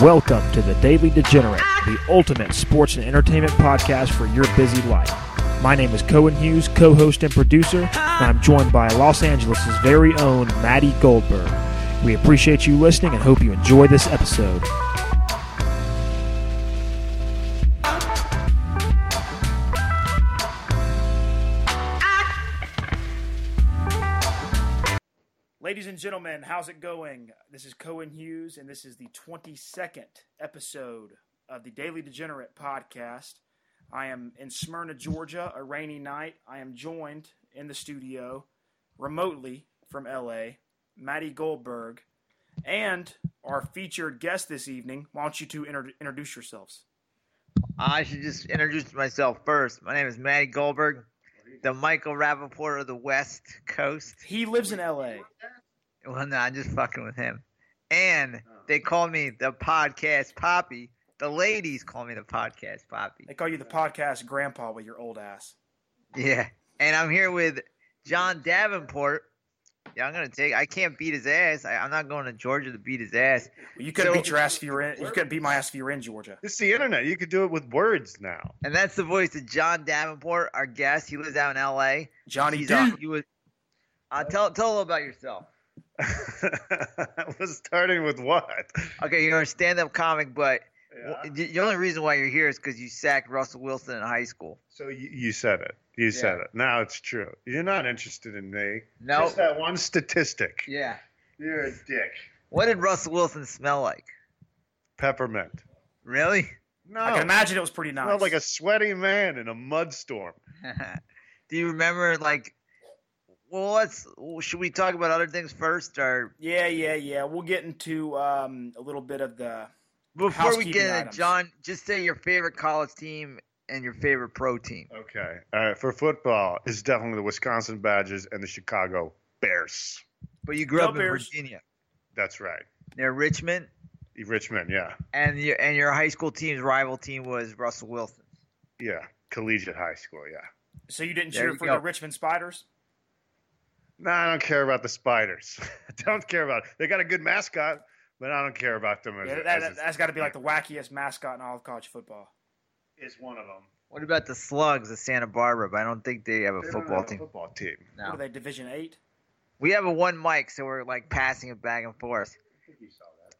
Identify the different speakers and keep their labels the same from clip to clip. Speaker 1: Welcome to the Daily Degenerate, the ultimate sports and entertainment podcast for your busy life. My name is Cohen Hughes, co host and producer, and I'm joined by Los Angeles' very own Maddie Goldberg. We appreciate you listening and hope you enjoy this episode. Ladies and gentlemen, how's it going? This is Cohen Hughes, and this is the 22nd episode of the Daily Degenerate podcast. I am in Smyrna, Georgia, a rainy night. I am joined in the studio remotely from LA, Maddie Goldberg, and our featured guest this evening. Why don't you two inter- introduce yourselves?
Speaker 2: I should just introduce myself first. My name is Matty Goldberg, the Michael Rappaport of the West Coast.
Speaker 1: He lives in LA.
Speaker 2: Well, no, I'm just fucking with him. And they call me the podcast Poppy. The ladies call me the podcast Poppy.
Speaker 1: They call you the podcast grandpa with your old ass.
Speaker 2: Yeah. And I'm here with John Davenport. Yeah, I'm gonna take. I can't beat his ass. I, I'm not going to Georgia to beat his ass.
Speaker 1: You couldn't
Speaker 2: So-
Speaker 1: beat your ass if you were in. You couldn't beat my ass if you were in Georgia.
Speaker 3: It's the internet. You could do it with words now.
Speaker 2: And that's the voice of John Davenport, our guest. He lives out in L.A.
Speaker 1: Johnny,
Speaker 2: He's
Speaker 1: D.
Speaker 2: on. He was. Uh, tell tell a little about yourself.
Speaker 3: I was starting with what?
Speaker 2: Okay, you're a stand-up comic, but
Speaker 3: Yeah.
Speaker 2: Well, the the only reason why you're here is because you sacked Russell Wilson in high school.
Speaker 3: So you, you said it. You said it. Now it's true. You're not interested in me.
Speaker 2: No.
Speaker 3: Just that one statistic.
Speaker 2: Yeah.
Speaker 3: You're a dick.
Speaker 2: What did Russell Wilson smell like?
Speaker 3: Peppermint.
Speaker 2: Really?
Speaker 3: No.
Speaker 1: I
Speaker 2: Oh.
Speaker 1: can imagine it was pretty nice.
Speaker 3: Smelled like a sweaty man in a mudstorm.
Speaker 2: Do you remember like? Well, let's. well, Should we talk about other things first, or
Speaker 1: Yeah, yeah, yeah. We'll get into um, a little bit of the.
Speaker 2: before we
Speaker 1: Housekeeping
Speaker 2: get into
Speaker 1: items.
Speaker 2: John? Just say your favorite college team and your favorite pro team.
Speaker 3: Okay. All right. For football, it's definitely the Wisconsin Badgers and the Chicago Bears.
Speaker 2: But you grew
Speaker 1: Go
Speaker 2: up
Speaker 1: Bears.
Speaker 2: in Virginia,
Speaker 3: That's right.
Speaker 2: near Richmond,
Speaker 3: Richmond. Yeah.
Speaker 2: and your and your high school team's rival team was Russell Wilson.
Speaker 3: Yeah. Collegiate high school. Yeah.
Speaker 1: So you didn't
Speaker 2: There
Speaker 1: cheer
Speaker 2: you
Speaker 1: for
Speaker 2: go.
Speaker 1: the Richmond Spiders?
Speaker 3: No, I don't care about the spiders. don't care about. They got a good mascot, but I don't care about them. As,
Speaker 1: Yeah,
Speaker 3: a-
Speaker 1: that,
Speaker 3: as a-
Speaker 1: has got to be like the wackiest mascot in all of college football.
Speaker 3: is one of them.
Speaker 2: What about the Slugs of Santa Barbara? But I don't think they have a
Speaker 3: They don't
Speaker 2: football
Speaker 3: have a
Speaker 2: team.
Speaker 3: Football team.
Speaker 2: No.
Speaker 1: What are they, Division Eight?
Speaker 2: We have a one mic, so we're like passing it back and forth.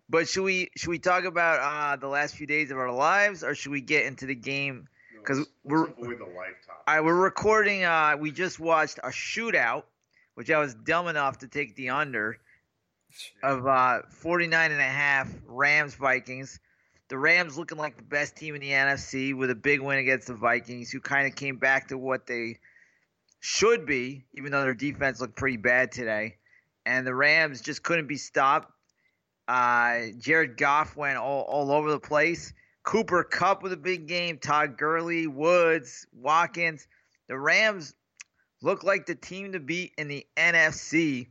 Speaker 2: But should we should we talk about uh, the last few days of our lives, or should we get into the game? Because we're all
Speaker 3: avoid the lifetime.
Speaker 2: right, we're recording. Uh, we just watched a shootout, which I was dumb enough to take the under of uh, 49 and a half Rams Vikings. The Rams looking like the best team in the NFC with a big win against the Vikings, who kind of came back to what they should be, even though their defense looked pretty bad today. And the Rams just couldn't be stopped. Uh, Jared Goff went all, all over the place. Cooper Cup with a big game. Todd Gurley, Woods, Watkins. The Rams look like the team to beat in the NFC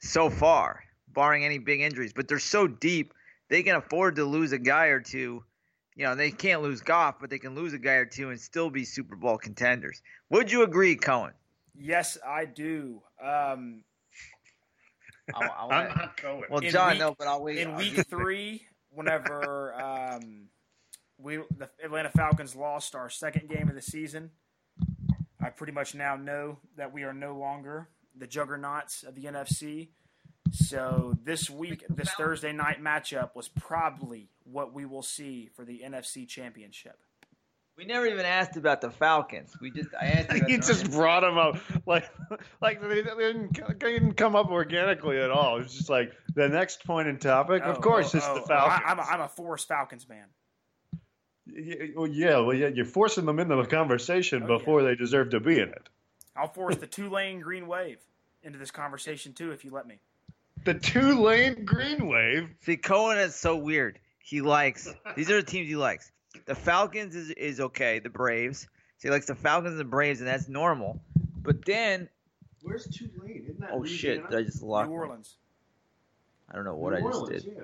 Speaker 2: so far, barring any big injuries. But they're so deep, they can afford to lose a guy or two. You know, they can't lose Goff, but they can lose a guy or two and still be Super Bowl contenders. Would you agree, Cohen?
Speaker 1: Yes, I do. Um,
Speaker 2: I, I
Speaker 3: I'm
Speaker 2: wanna,
Speaker 3: not going.
Speaker 2: well,
Speaker 1: In
Speaker 2: John,
Speaker 1: week-
Speaker 2: no, but I'll wait.
Speaker 1: in Week Three, whenever um, we the Atlanta Falcons lost our second game of the season, I pretty much now know that we are no longer the juggernauts of the NFC. So this week, this Thursday night matchup was probably what we will see for the NFC Championship.
Speaker 2: we never even asked about the Falcons. We just I asked. About
Speaker 3: you
Speaker 2: the
Speaker 3: just brought him up like like they, they didn't, they didn't come up organically at all. It was just like the next point in topic. of
Speaker 1: Oh,
Speaker 3: course,
Speaker 1: oh,
Speaker 3: it's the
Speaker 1: oh, oh, I-
Speaker 3: Falcons.
Speaker 1: I'm a, I'm a Forest Falcons man.
Speaker 3: Y- y- well, yeah, well, yeah, you're forcing them into the conversation
Speaker 1: Oh, yeah.
Speaker 3: before they deserve to be in it.
Speaker 1: I'll force the two lane green wave into this conversation too, if you let me.
Speaker 3: The two lane green wave.
Speaker 2: See, Cohen is so weird. He likes these are the teams he likes. The Falcons is, is okay. The Braves. So he likes the Falcons and the Braves, and that's normal. But then,
Speaker 3: Where's Tulane? Isn't that
Speaker 2: oh shit! Did I just lock.
Speaker 1: New
Speaker 2: my-
Speaker 1: Orleans.
Speaker 2: I don't know what I just did.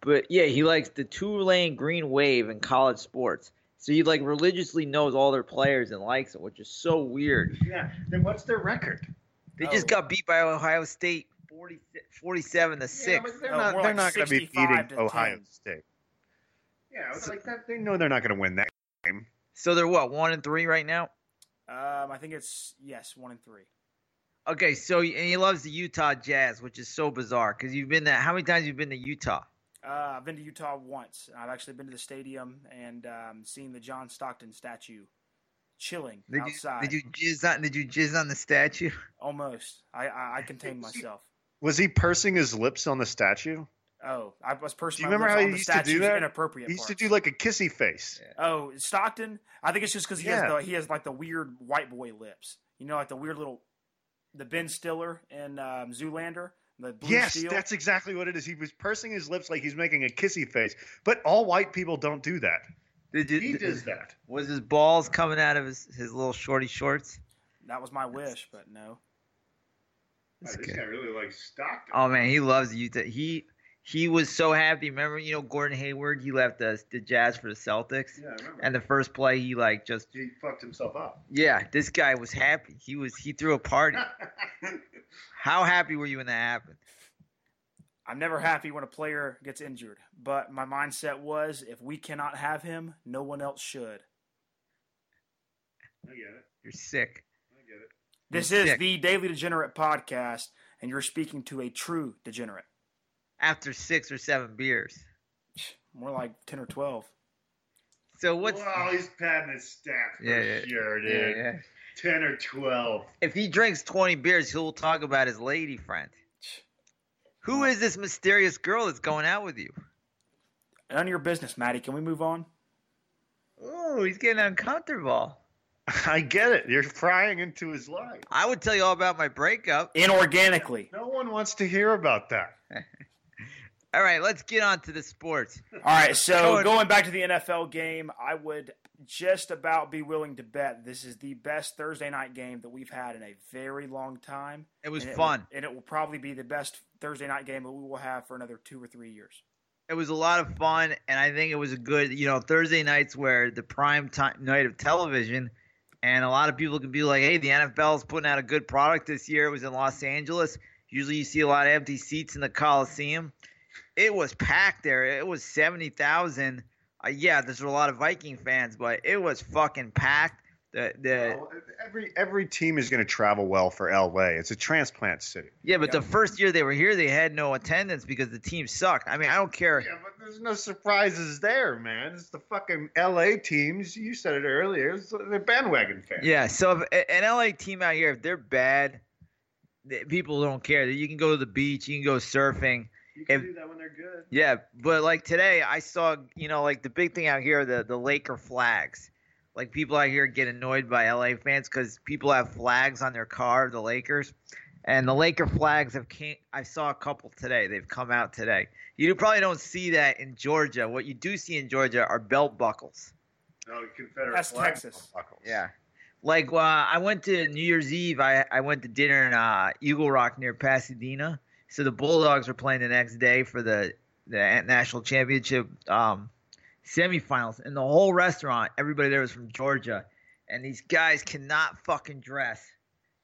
Speaker 2: But yeah, he likes the two lane green wave in college sports. So he like religiously knows all their players and likes them, which is so weird.
Speaker 3: Yeah. Then what's their record?
Speaker 2: They
Speaker 1: Oh.
Speaker 2: just got beat by Ohio State 40, 47 to
Speaker 3: Yeah,
Speaker 2: six.
Speaker 3: but they're
Speaker 1: No,
Speaker 3: not,
Speaker 1: more
Speaker 3: they're
Speaker 1: like
Speaker 3: not going to be
Speaker 1: 65
Speaker 3: beating
Speaker 1: to
Speaker 3: Ohio
Speaker 1: 10.
Speaker 3: State. Yeah, it's like that, they know they're not going to win that game.
Speaker 2: So they're what one and three right now.
Speaker 1: Um, I think it's yes, one and three.
Speaker 2: Okay, so and he loves the Utah Jazz, which is so bizarre because you've been to how many times you've been to Utah?
Speaker 1: Uh, I've been to Utah once. I've actually been to the stadium and um, seen the John Stockton statue chilling
Speaker 2: Did you,
Speaker 1: outside.
Speaker 2: did you jizz on? Did you jizz on the statue?
Speaker 1: Almost. I, I, I contained myself.
Speaker 3: Was he pursing his lips on the statue?
Speaker 1: Oh, I was
Speaker 3: Do
Speaker 1: personally
Speaker 3: you remember how
Speaker 1: on
Speaker 3: he
Speaker 1: the
Speaker 3: used to do
Speaker 1: statue's
Speaker 3: that?
Speaker 1: inappropriate
Speaker 3: He used to
Speaker 1: parts.
Speaker 3: do like a kissy face.
Speaker 1: Oh, Stockton. I think it's just because he has
Speaker 3: Yeah.
Speaker 1: the, he has like the weird white boy lips. You know, like the weird little the Ben Stiller in um, Zoolander. The blue
Speaker 3: yes,
Speaker 1: steel.
Speaker 3: that's exactly what it is. He was pursing his lips like he's making a kissy face. But all white people don't do that.
Speaker 2: Did you,
Speaker 3: He
Speaker 2: did-
Speaker 3: does that.
Speaker 2: Was his balls coming out of his, his little shorty shorts?
Speaker 1: that was my wish, but no.
Speaker 2: That's good.
Speaker 3: really likes Stockton.
Speaker 2: Oh man, he loves Utah. He he was so happy. Remember, you know, Gordon Hayward. He left the the Jazz for the Celtics,
Speaker 3: I remember.
Speaker 2: and the first play, he like just
Speaker 3: he fucked himself up.
Speaker 2: yeah. This guy was happy. He was he threw a party. How happy were you when that happened?
Speaker 1: I'm never happy when a player gets injured, but my mindset was if we cannot have him, no one else should.
Speaker 3: I get it.
Speaker 2: You're sick.
Speaker 3: I get it.
Speaker 1: This
Speaker 2: You're
Speaker 1: is
Speaker 2: sick.
Speaker 1: the Daily Degenerate podcast, and you're speaking to a true degenerate.
Speaker 2: after six or seven beers.
Speaker 1: More like 10 or 12.
Speaker 2: So what's
Speaker 3: he's patting his staff
Speaker 2: Yeah, yeah.
Speaker 3: sure,
Speaker 2: Yeah, yeah.
Speaker 3: Ten or twelve.
Speaker 2: if he drinks twenty beers, he'll talk about his lady friend. Who is this mysterious girl that's going out with you?
Speaker 1: None of your business, Maddie. Can we move on?
Speaker 2: Oh, he's getting uncomfortable.
Speaker 3: I get it. You're prying into his life.
Speaker 2: I would tell you all about my breakup.
Speaker 1: Inorganically.
Speaker 3: No one wants to hear about that.
Speaker 2: All right, let's get on to the sports.
Speaker 1: All right, so
Speaker 2: Go ahead.
Speaker 1: going back to the NFL game, I would just about be willing to bet this is the best Thursday night game that we've had in a very long time.
Speaker 2: It was
Speaker 1: And will-
Speaker 2: fun.
Speaker 1: and it will probably be the best Thursday night game that we will have for another two or three years.
Speaker 2: It was a lot of fun, and I think it was a good, you know, Thursday nights where the prime time night of television, and a lot of people can be like, "Hey, the NFL is putting out a good product this year." It was in Los Angeles. Usually, you see a lot of empty seats in the Coliseum. It was packed there. It was seventy thousand. Uh, yeah, there's a lot of Viking fans, but it was fucking packed. The the
Speaker 3: Well, Every every team is going to travel well for LA. It's a transplant city.
Speaker 2: yeah, but the first year they were here, they had no attendance because the team sucked. I mean, I don't care.
Speaker 3: but there's no surprises there, man. It's the fucking LA teams. You said it earlier. It's the bandwagon fans.
Speaker 2: Yeah, so if a- an LA team out here, if they're bad, th- people don't care. You can go to the beach, you can go surfing.
Speaker 3: you
Speaker 2: can if-
Speaker 3: do that when they're good.
Speaker 2: Yeah, but like today, I saw you know like the big thing out here, the the Laker flags. Like people out here get annoyed by LA fans because people have flags on their car, the Lakers, and the Laker flags have came. I saw a couple today. They've come out today. You probably don't see that in Georgia. What you do see in Georgia are belt buckles.
Speaker 3: No, Confederate
Speaker 1: That's flag Texas.
Speaker 2: Yeah. Like uh, I went to New Year's Eve. I, I went to dinner in uh, Eagle Rock near Pasadena. So the Bulldogs were playing the next day for the the national championship um, semifinals, and the whole restaurant, everybody there was from Georgia, and these guys cannot fucking dress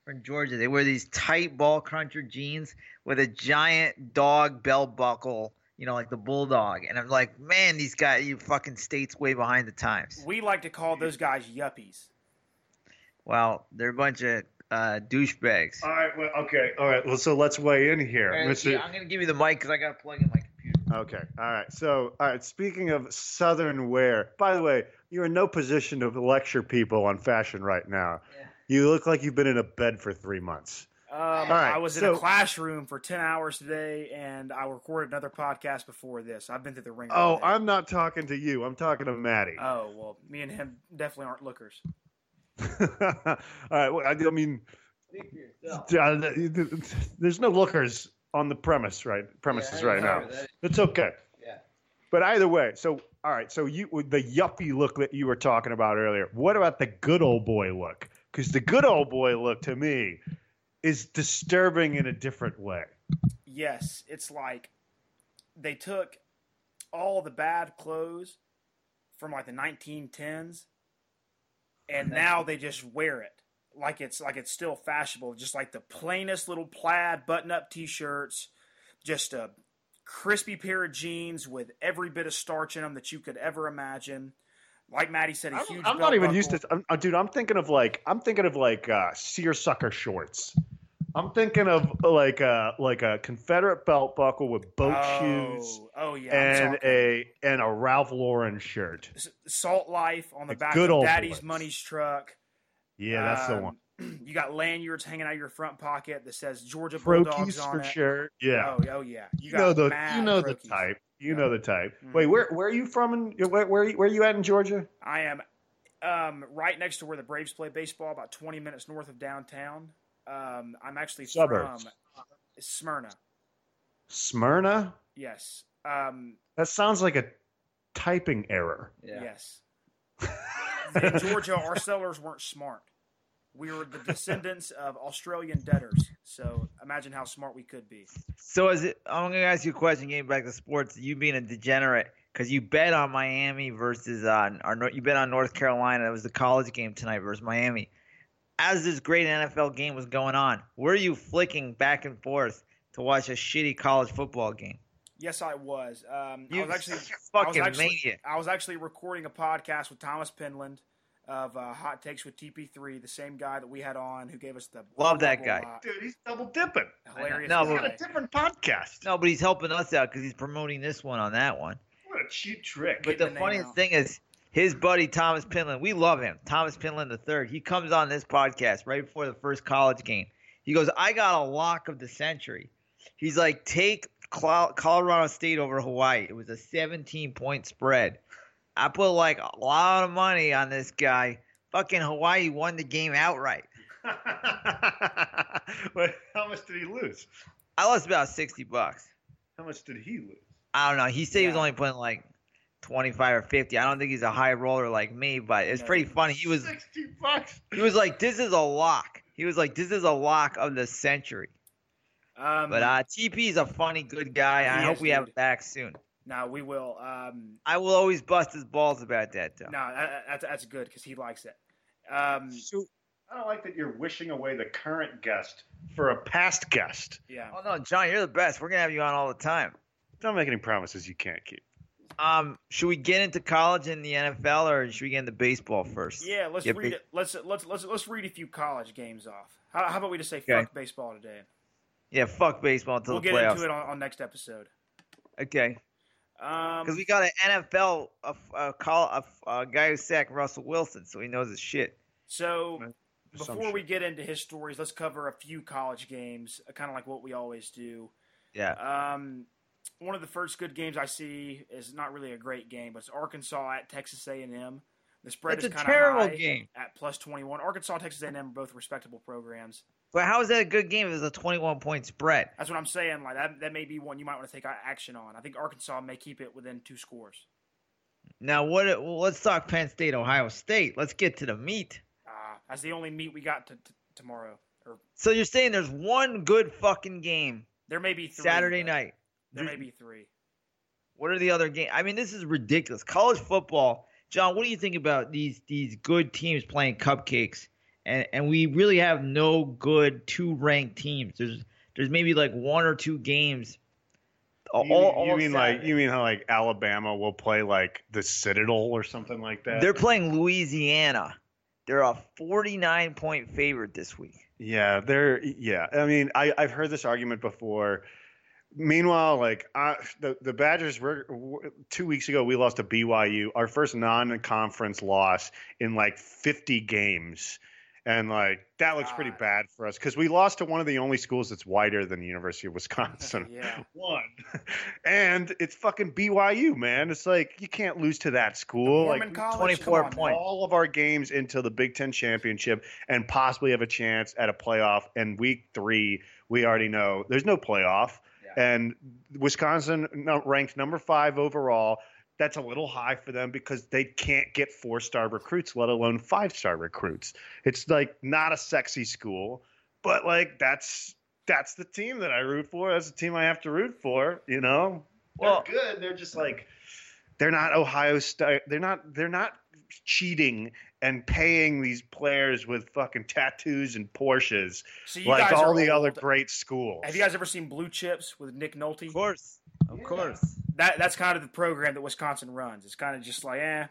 Speaker 2: from Georgia. They wear these tight ball cruncher jeans with a giant dog belt buckle, you know, like the bulldog. And I'm like, man, these guys, you fucking states way behind the times.
Speaker 1: We like to call those guys yuppies.
Speaker 2: Well, they're a bunch of uh, douchebags.
Speaker 3: All right. Well, okay. All right. Well, so let's weigh in here.
Speaker 2: Hey,
Speaker 3: Mr.
Speaker 2: I'm gonna give you the mic because I gotta plug in my computer.
Speaker 3: Okay. All right. So, all right. Speaking of Southern wear, by the way, you're in no position to lecture people on fashion right now.
Speaker 2: Yeah.
Speaker 3: You look like you've been in a bed for three months.
Speaker 1: Um,
Speaker 3: right,
Speaker 1: I was in a
Speaker 3: so-
Speaker 1: classroom for 10 hours today, and I recorded another podcast before this. I've been through the ringer.
Speaker 3: Oh,
Speaker 1: today.
Speaker 3: I'm not talking to you. I'm talking to Maddie.
Speaker 1: Oh, well, me and him definitely aren't lookers.
Speaker 3: all right. Well, I, I mean,
Speaker 2: Speak for yourself.
Speaker 3: uh, th- th- there's no lookers on the premise right premises right now. It's okay.
Speaker 2: Yeah.
Speaker 3: But either way, so all right, so you the yuppie look that you were talking about earlier. What about the good old boy look? Because the good old boy look to me is disturbing in a different way.
Speaker 1: Yes, it's like they took all the bad clothes from like the 1910s, and now they just wear it. like it's like it's still fashionable, just like the plainest little plaid button-up t-shirts, just a crispy pair of jeans with every bit of starch in them that you could ever imagine. Like Maddie said, a
Speaker 3: I'm,
Speaker 1: huge. belt
Speaker 3: I'm not even
Speaker 1: buckle.
Speaker 3: used to. I'm, uh, dude, I'm thinking of like I'm thinking of like uh, seersucker shorts. I'm thinking of uh, like a like a Confederate belt buckle with boat
Speaker 1: oh,
Speaker 3: shoes
Speaker 1: Oh yeah, I'm
Speaker 3: and
Speaker 1: talking
Speaker 3: a and a Ralph Lauren shirt.
Speaker 1: s- Salt Life on the
Speaker 3: The
Speaker 1: back
Speaker 3: good
Speaker 1: of
Speaker 3: old
Speaker 1: Daddy's
Speaker 3: boys.
Speaker 1: Money's truck.
Speaker 3: Yeah, that's the
Speaker 1: Um,
Speaker 3: one.
Speaker 1: You got lanyards hanging out of your front pocket that says Georgia Bulldogs
Speaker 3: Crokies
Speaker 1: on
Speaker 3: for
Speaker 1: it.
Speaker 3: sure. Yeah,
Speaker 1: Oh, oh yeah. You,
Speaker 3: you
Speaker 1: got
Speaker 3: know the
Speaker 1: mad
Speaker 3: you know
Speaker 1: croquis.
Speaker 3: the type. You
Speaker 1: Yeah.
Speaker 3: know the type.
Speaker 1: Mhm.
Speaker 3: Wait, where where are you from? And where where are you- where are you at in Georgia?
Speaker 1: I am um, right next to where the Braves play baseball, about 20 minutes north of downtown. Um, I'm actually
Speaker 3: Suburbs.
Speaker 1: from Smyrna.
Speaker 3: Smyrna.
Speaker 1: Yes. Um,
Speaker 3: That sounds like a typing error.
Speaker 1: Yes. In Georgia, our sellers weren't smart. We were the descendants of Australian debtors. So imagine how smart we could be.
Speaker 2: So is it? I'm gonna ask you a question. Getting back to sports, you being a degenerate because you bet on Miami versus uh, or Nor- you bet on North Carolina. It was the college game tonight versus Miami. As this great NFL game was going on, were you flicking back and forth to watch a shitty college football game?
Speaker 1: Yes, I was. Um,
Speaker 2: You
Speaker 1: I was actually
Speaker 2: fucking
Speaker 1: I was actually,
Speaker 2: maniac.
Speaker 1: I was actually recording a podcast with Thomas Penland of uh, Hot Takes with TP3, the same guy that we had on who gave us the
Speaker 2: Love that
Speaker 1: horrible,
Speaker 2: guy.
Speaker 1: uh,
Speaker 3: Dude, he's double dipping.
Speaker 1: hilarious.
Speaker 2: No,
Speaker 1: guy.
Speaker 2: but-
Speaker 3: Got a different podcast.
Speaker 2: No, but he's helping us out because he's promoting this one on that one.
Speaker 3: What a cheap trick.
Speaker 2: But the
Speaker 1: the name
Speaker 2: funniest
Speaker 1: out.
Speaker 2: thing is his buddy Thomas Pinland. We love him, Thomas Pinland the third. He comes on this podcast right before the first college game. He goes, "I got a lock of the century." He's like, "Take Col- Colorado State over Hawaii." It was a 17 point spread. I put like a lot of money on this guy. Fucking Hawaii won the game outright.
Speaker 3: Wait, how much did he lose?
Speaker 2: I lost about 60 bucks.
Speaker 3: How much did he lose?
Speaker 2: I don't know. He said he was
Speaker 1: Yeah.
Speaker 2: only putting like 25 or 50. I don't think he's a high roller like me, but it's
Speaker 1: No.
Speaker 2: pretty funny. He was
Speaker 3: 60 bucks.
Speaker 2: He was like, "This is a lock." He was like, "This is a lock of the century."
Speaker 1: Um,
Speaker 2: But uh, TP is a funny, good guy. I
Speaker 1: He
Speaker 2: hope
Speaker 1: is,
Speaker 2: we have
Speaker 1: dude.
Speaker 2: him back soon.
Speaker 1: no, we will. Um,
Speaker 2: I will always bust his balls about that, though.
Speaker 1: no, that, that's that's good because he likes it. Um,
Speaker 3: I don't like that you're wishing away the current guest for a past guest.
Speaker 1: yeah.
Speaker 2: Oh no, John, you're the best. We're gonna have you on all the time.
Speaker 3: Don't make any promises you can't keep.
Speaker 2: Um, should we get into college and the NFL, or should we get into baseball first?
Speaker 1: Yeah, let's
Speaker 2: Yeah,
Speaker 1: read
Speaker 2: be-
Speaker 1: it. Let's let's let's let's read a few college games off. How, how about we just say
Speaker 2: Okay.
Speaker 1: fuck baseball today?
Speaker 2: Yeah, fuck baseball until
Speaker 1: We'll
Speaker 2: the
Speaker 1: get
Speaker 2: playoffs.
Speaker 1: into it on, on next episode.
Speaker 2: Okay,
Speaker 1: Um,
Speaker 2: because we got an NFL a, a call a, a guy who sacked Russell Wilson, so he knows his shit.
Speaker 1: so
Speaker 3: Right.
Speaker 1: before we get into his stories, let's cover a few college games, kind of like what we always do.
Speaker 2: Yeah.
Speaker 1: Um, one of the first good games I see is not really a great game, but it's Arkansas at Texas A&M. The spread
Speaker 2: That's
Speaker 1: is
Speaker 2: a
Speaker 1: kind of
Speaker 2: terrible
Speaker 1: high
Speaker 2: game.
Speaker 1: at plus twenty one. Arkansas, Texas A&M are both respectable programs.
Speaker 2: But how is that a good game? It was a 21 point spread.
Speaker 1: That's what I'm saying. Like that, that may be one you might want to take action on. I think Arkansas may keep it within two scores.
Speaker 2: Now, what? Well, let's talk Penn State, Ohio State. Let's get to the meat.
Speaker 1: Ah, that's the only meet we got to, to tomorrow. Or
Speaker 2: So you're saying there's one good fucking game
Speaker 1: there may be three,
Speaker 2: Saturday
Speaker 1: but
Speaker 2: night.
Speaker 1: There may be three.
Speaker 2: What are the other games? I mean, this is ridiculous. College football, John. What do you think about these these good teams playing cupcakes? And and we really have no good two ranked teams. There's there's maybe like one or two games. All,
Speaker 3: you,
Speaker 2: all
Speaker 3: you mean like
Speaker 2: Saturday.
Speaker 3: you mean how like Alabama will play like the Citadel or something like that?
Speaker 2: they're playing Louisiana. They're a 49 point favorite this week.
Speaker 3: Yeah, they're yeah. I mean, I I've heard this argument before. Meanwhile, like I, the the Badgers were were- two weeks ago, we lost to BYU, our first non-conference loss in like 50 games, and like that looks pretty
Speaker 1: God.
Speaker 3: bad for us because we lost to one of the only schools that's wider than the University of Wisconsin.
Speaker 1: yeah,
Speaker 3: One, and it's fucking BYU, man. It's like you can't lose to that school.
Speaker 1: Mormon
Speaker 3: Like
Speaker 1: College,
Speaker 2: 24
Speaker 1: come on,
Speaker 2: point-
Speaker 1: man.
Speaker 3: all of our games until the Big Ten championship and possibly have a chance at a playoff. And week three, we already know there's no playoff. And Wisconsin no- ranked number five overall. That's a little high for them because they can't get four star recruits, let alone five star recruits. It's like not a sexy school, but like that's that's the team that I root for. That's the team I have to root for. You know,
Speaker 2: Well-
Speaker 3: they're good. They're just like they're not Ohio State. They're not. They're not cheating and paying these players with fucking tattoos and Porsches,
Speaker 1: So you
Speaker 3: like
Speaker 1: guys
Speaker 3: all
Speaker 1: are
Speaker 3: the
Speaker 1: old.
Speaker 3: other great schools.
Speaker 1: Have you guys ever seen Blue Chips with Nick Nolte?
Speaker 4: Of course. Of
Speaker 3: Yeah.
Speaker 4: course.
Speaker 1: That that's kind of the program that Wisconsin runs. It's kind of just like, eh,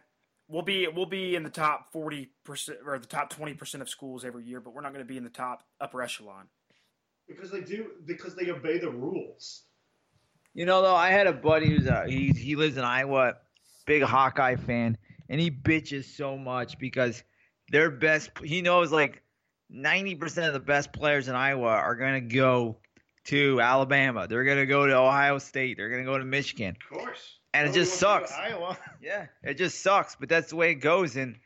Speaker 1: we'll be we'll be in the top forty percent or the top twenty percent of schools every year, but we're not going to be in the top upper echelon.
Speaker 5: Because they do because they obey the rules.
Speaker 2: You know, though, I had a buddy who's a, he, he lives in Iowa, big Hawkeye fan, and he bitches so much because their best, he knows like 90% of the best players in Iowa are going to go to Alabama. They're going to go to Ohio State. They're going to go to Michigan.
Speaker 5: Of course.
Speaker 2: And it
Speaker 5: Nobody
Speaker 2: just
Speaker 5: wants to
Speaker 2: sucks.
Speaker 5: go to Iowa.
Speaker 2: Yeah, it just sucks, but that's the way it goes, and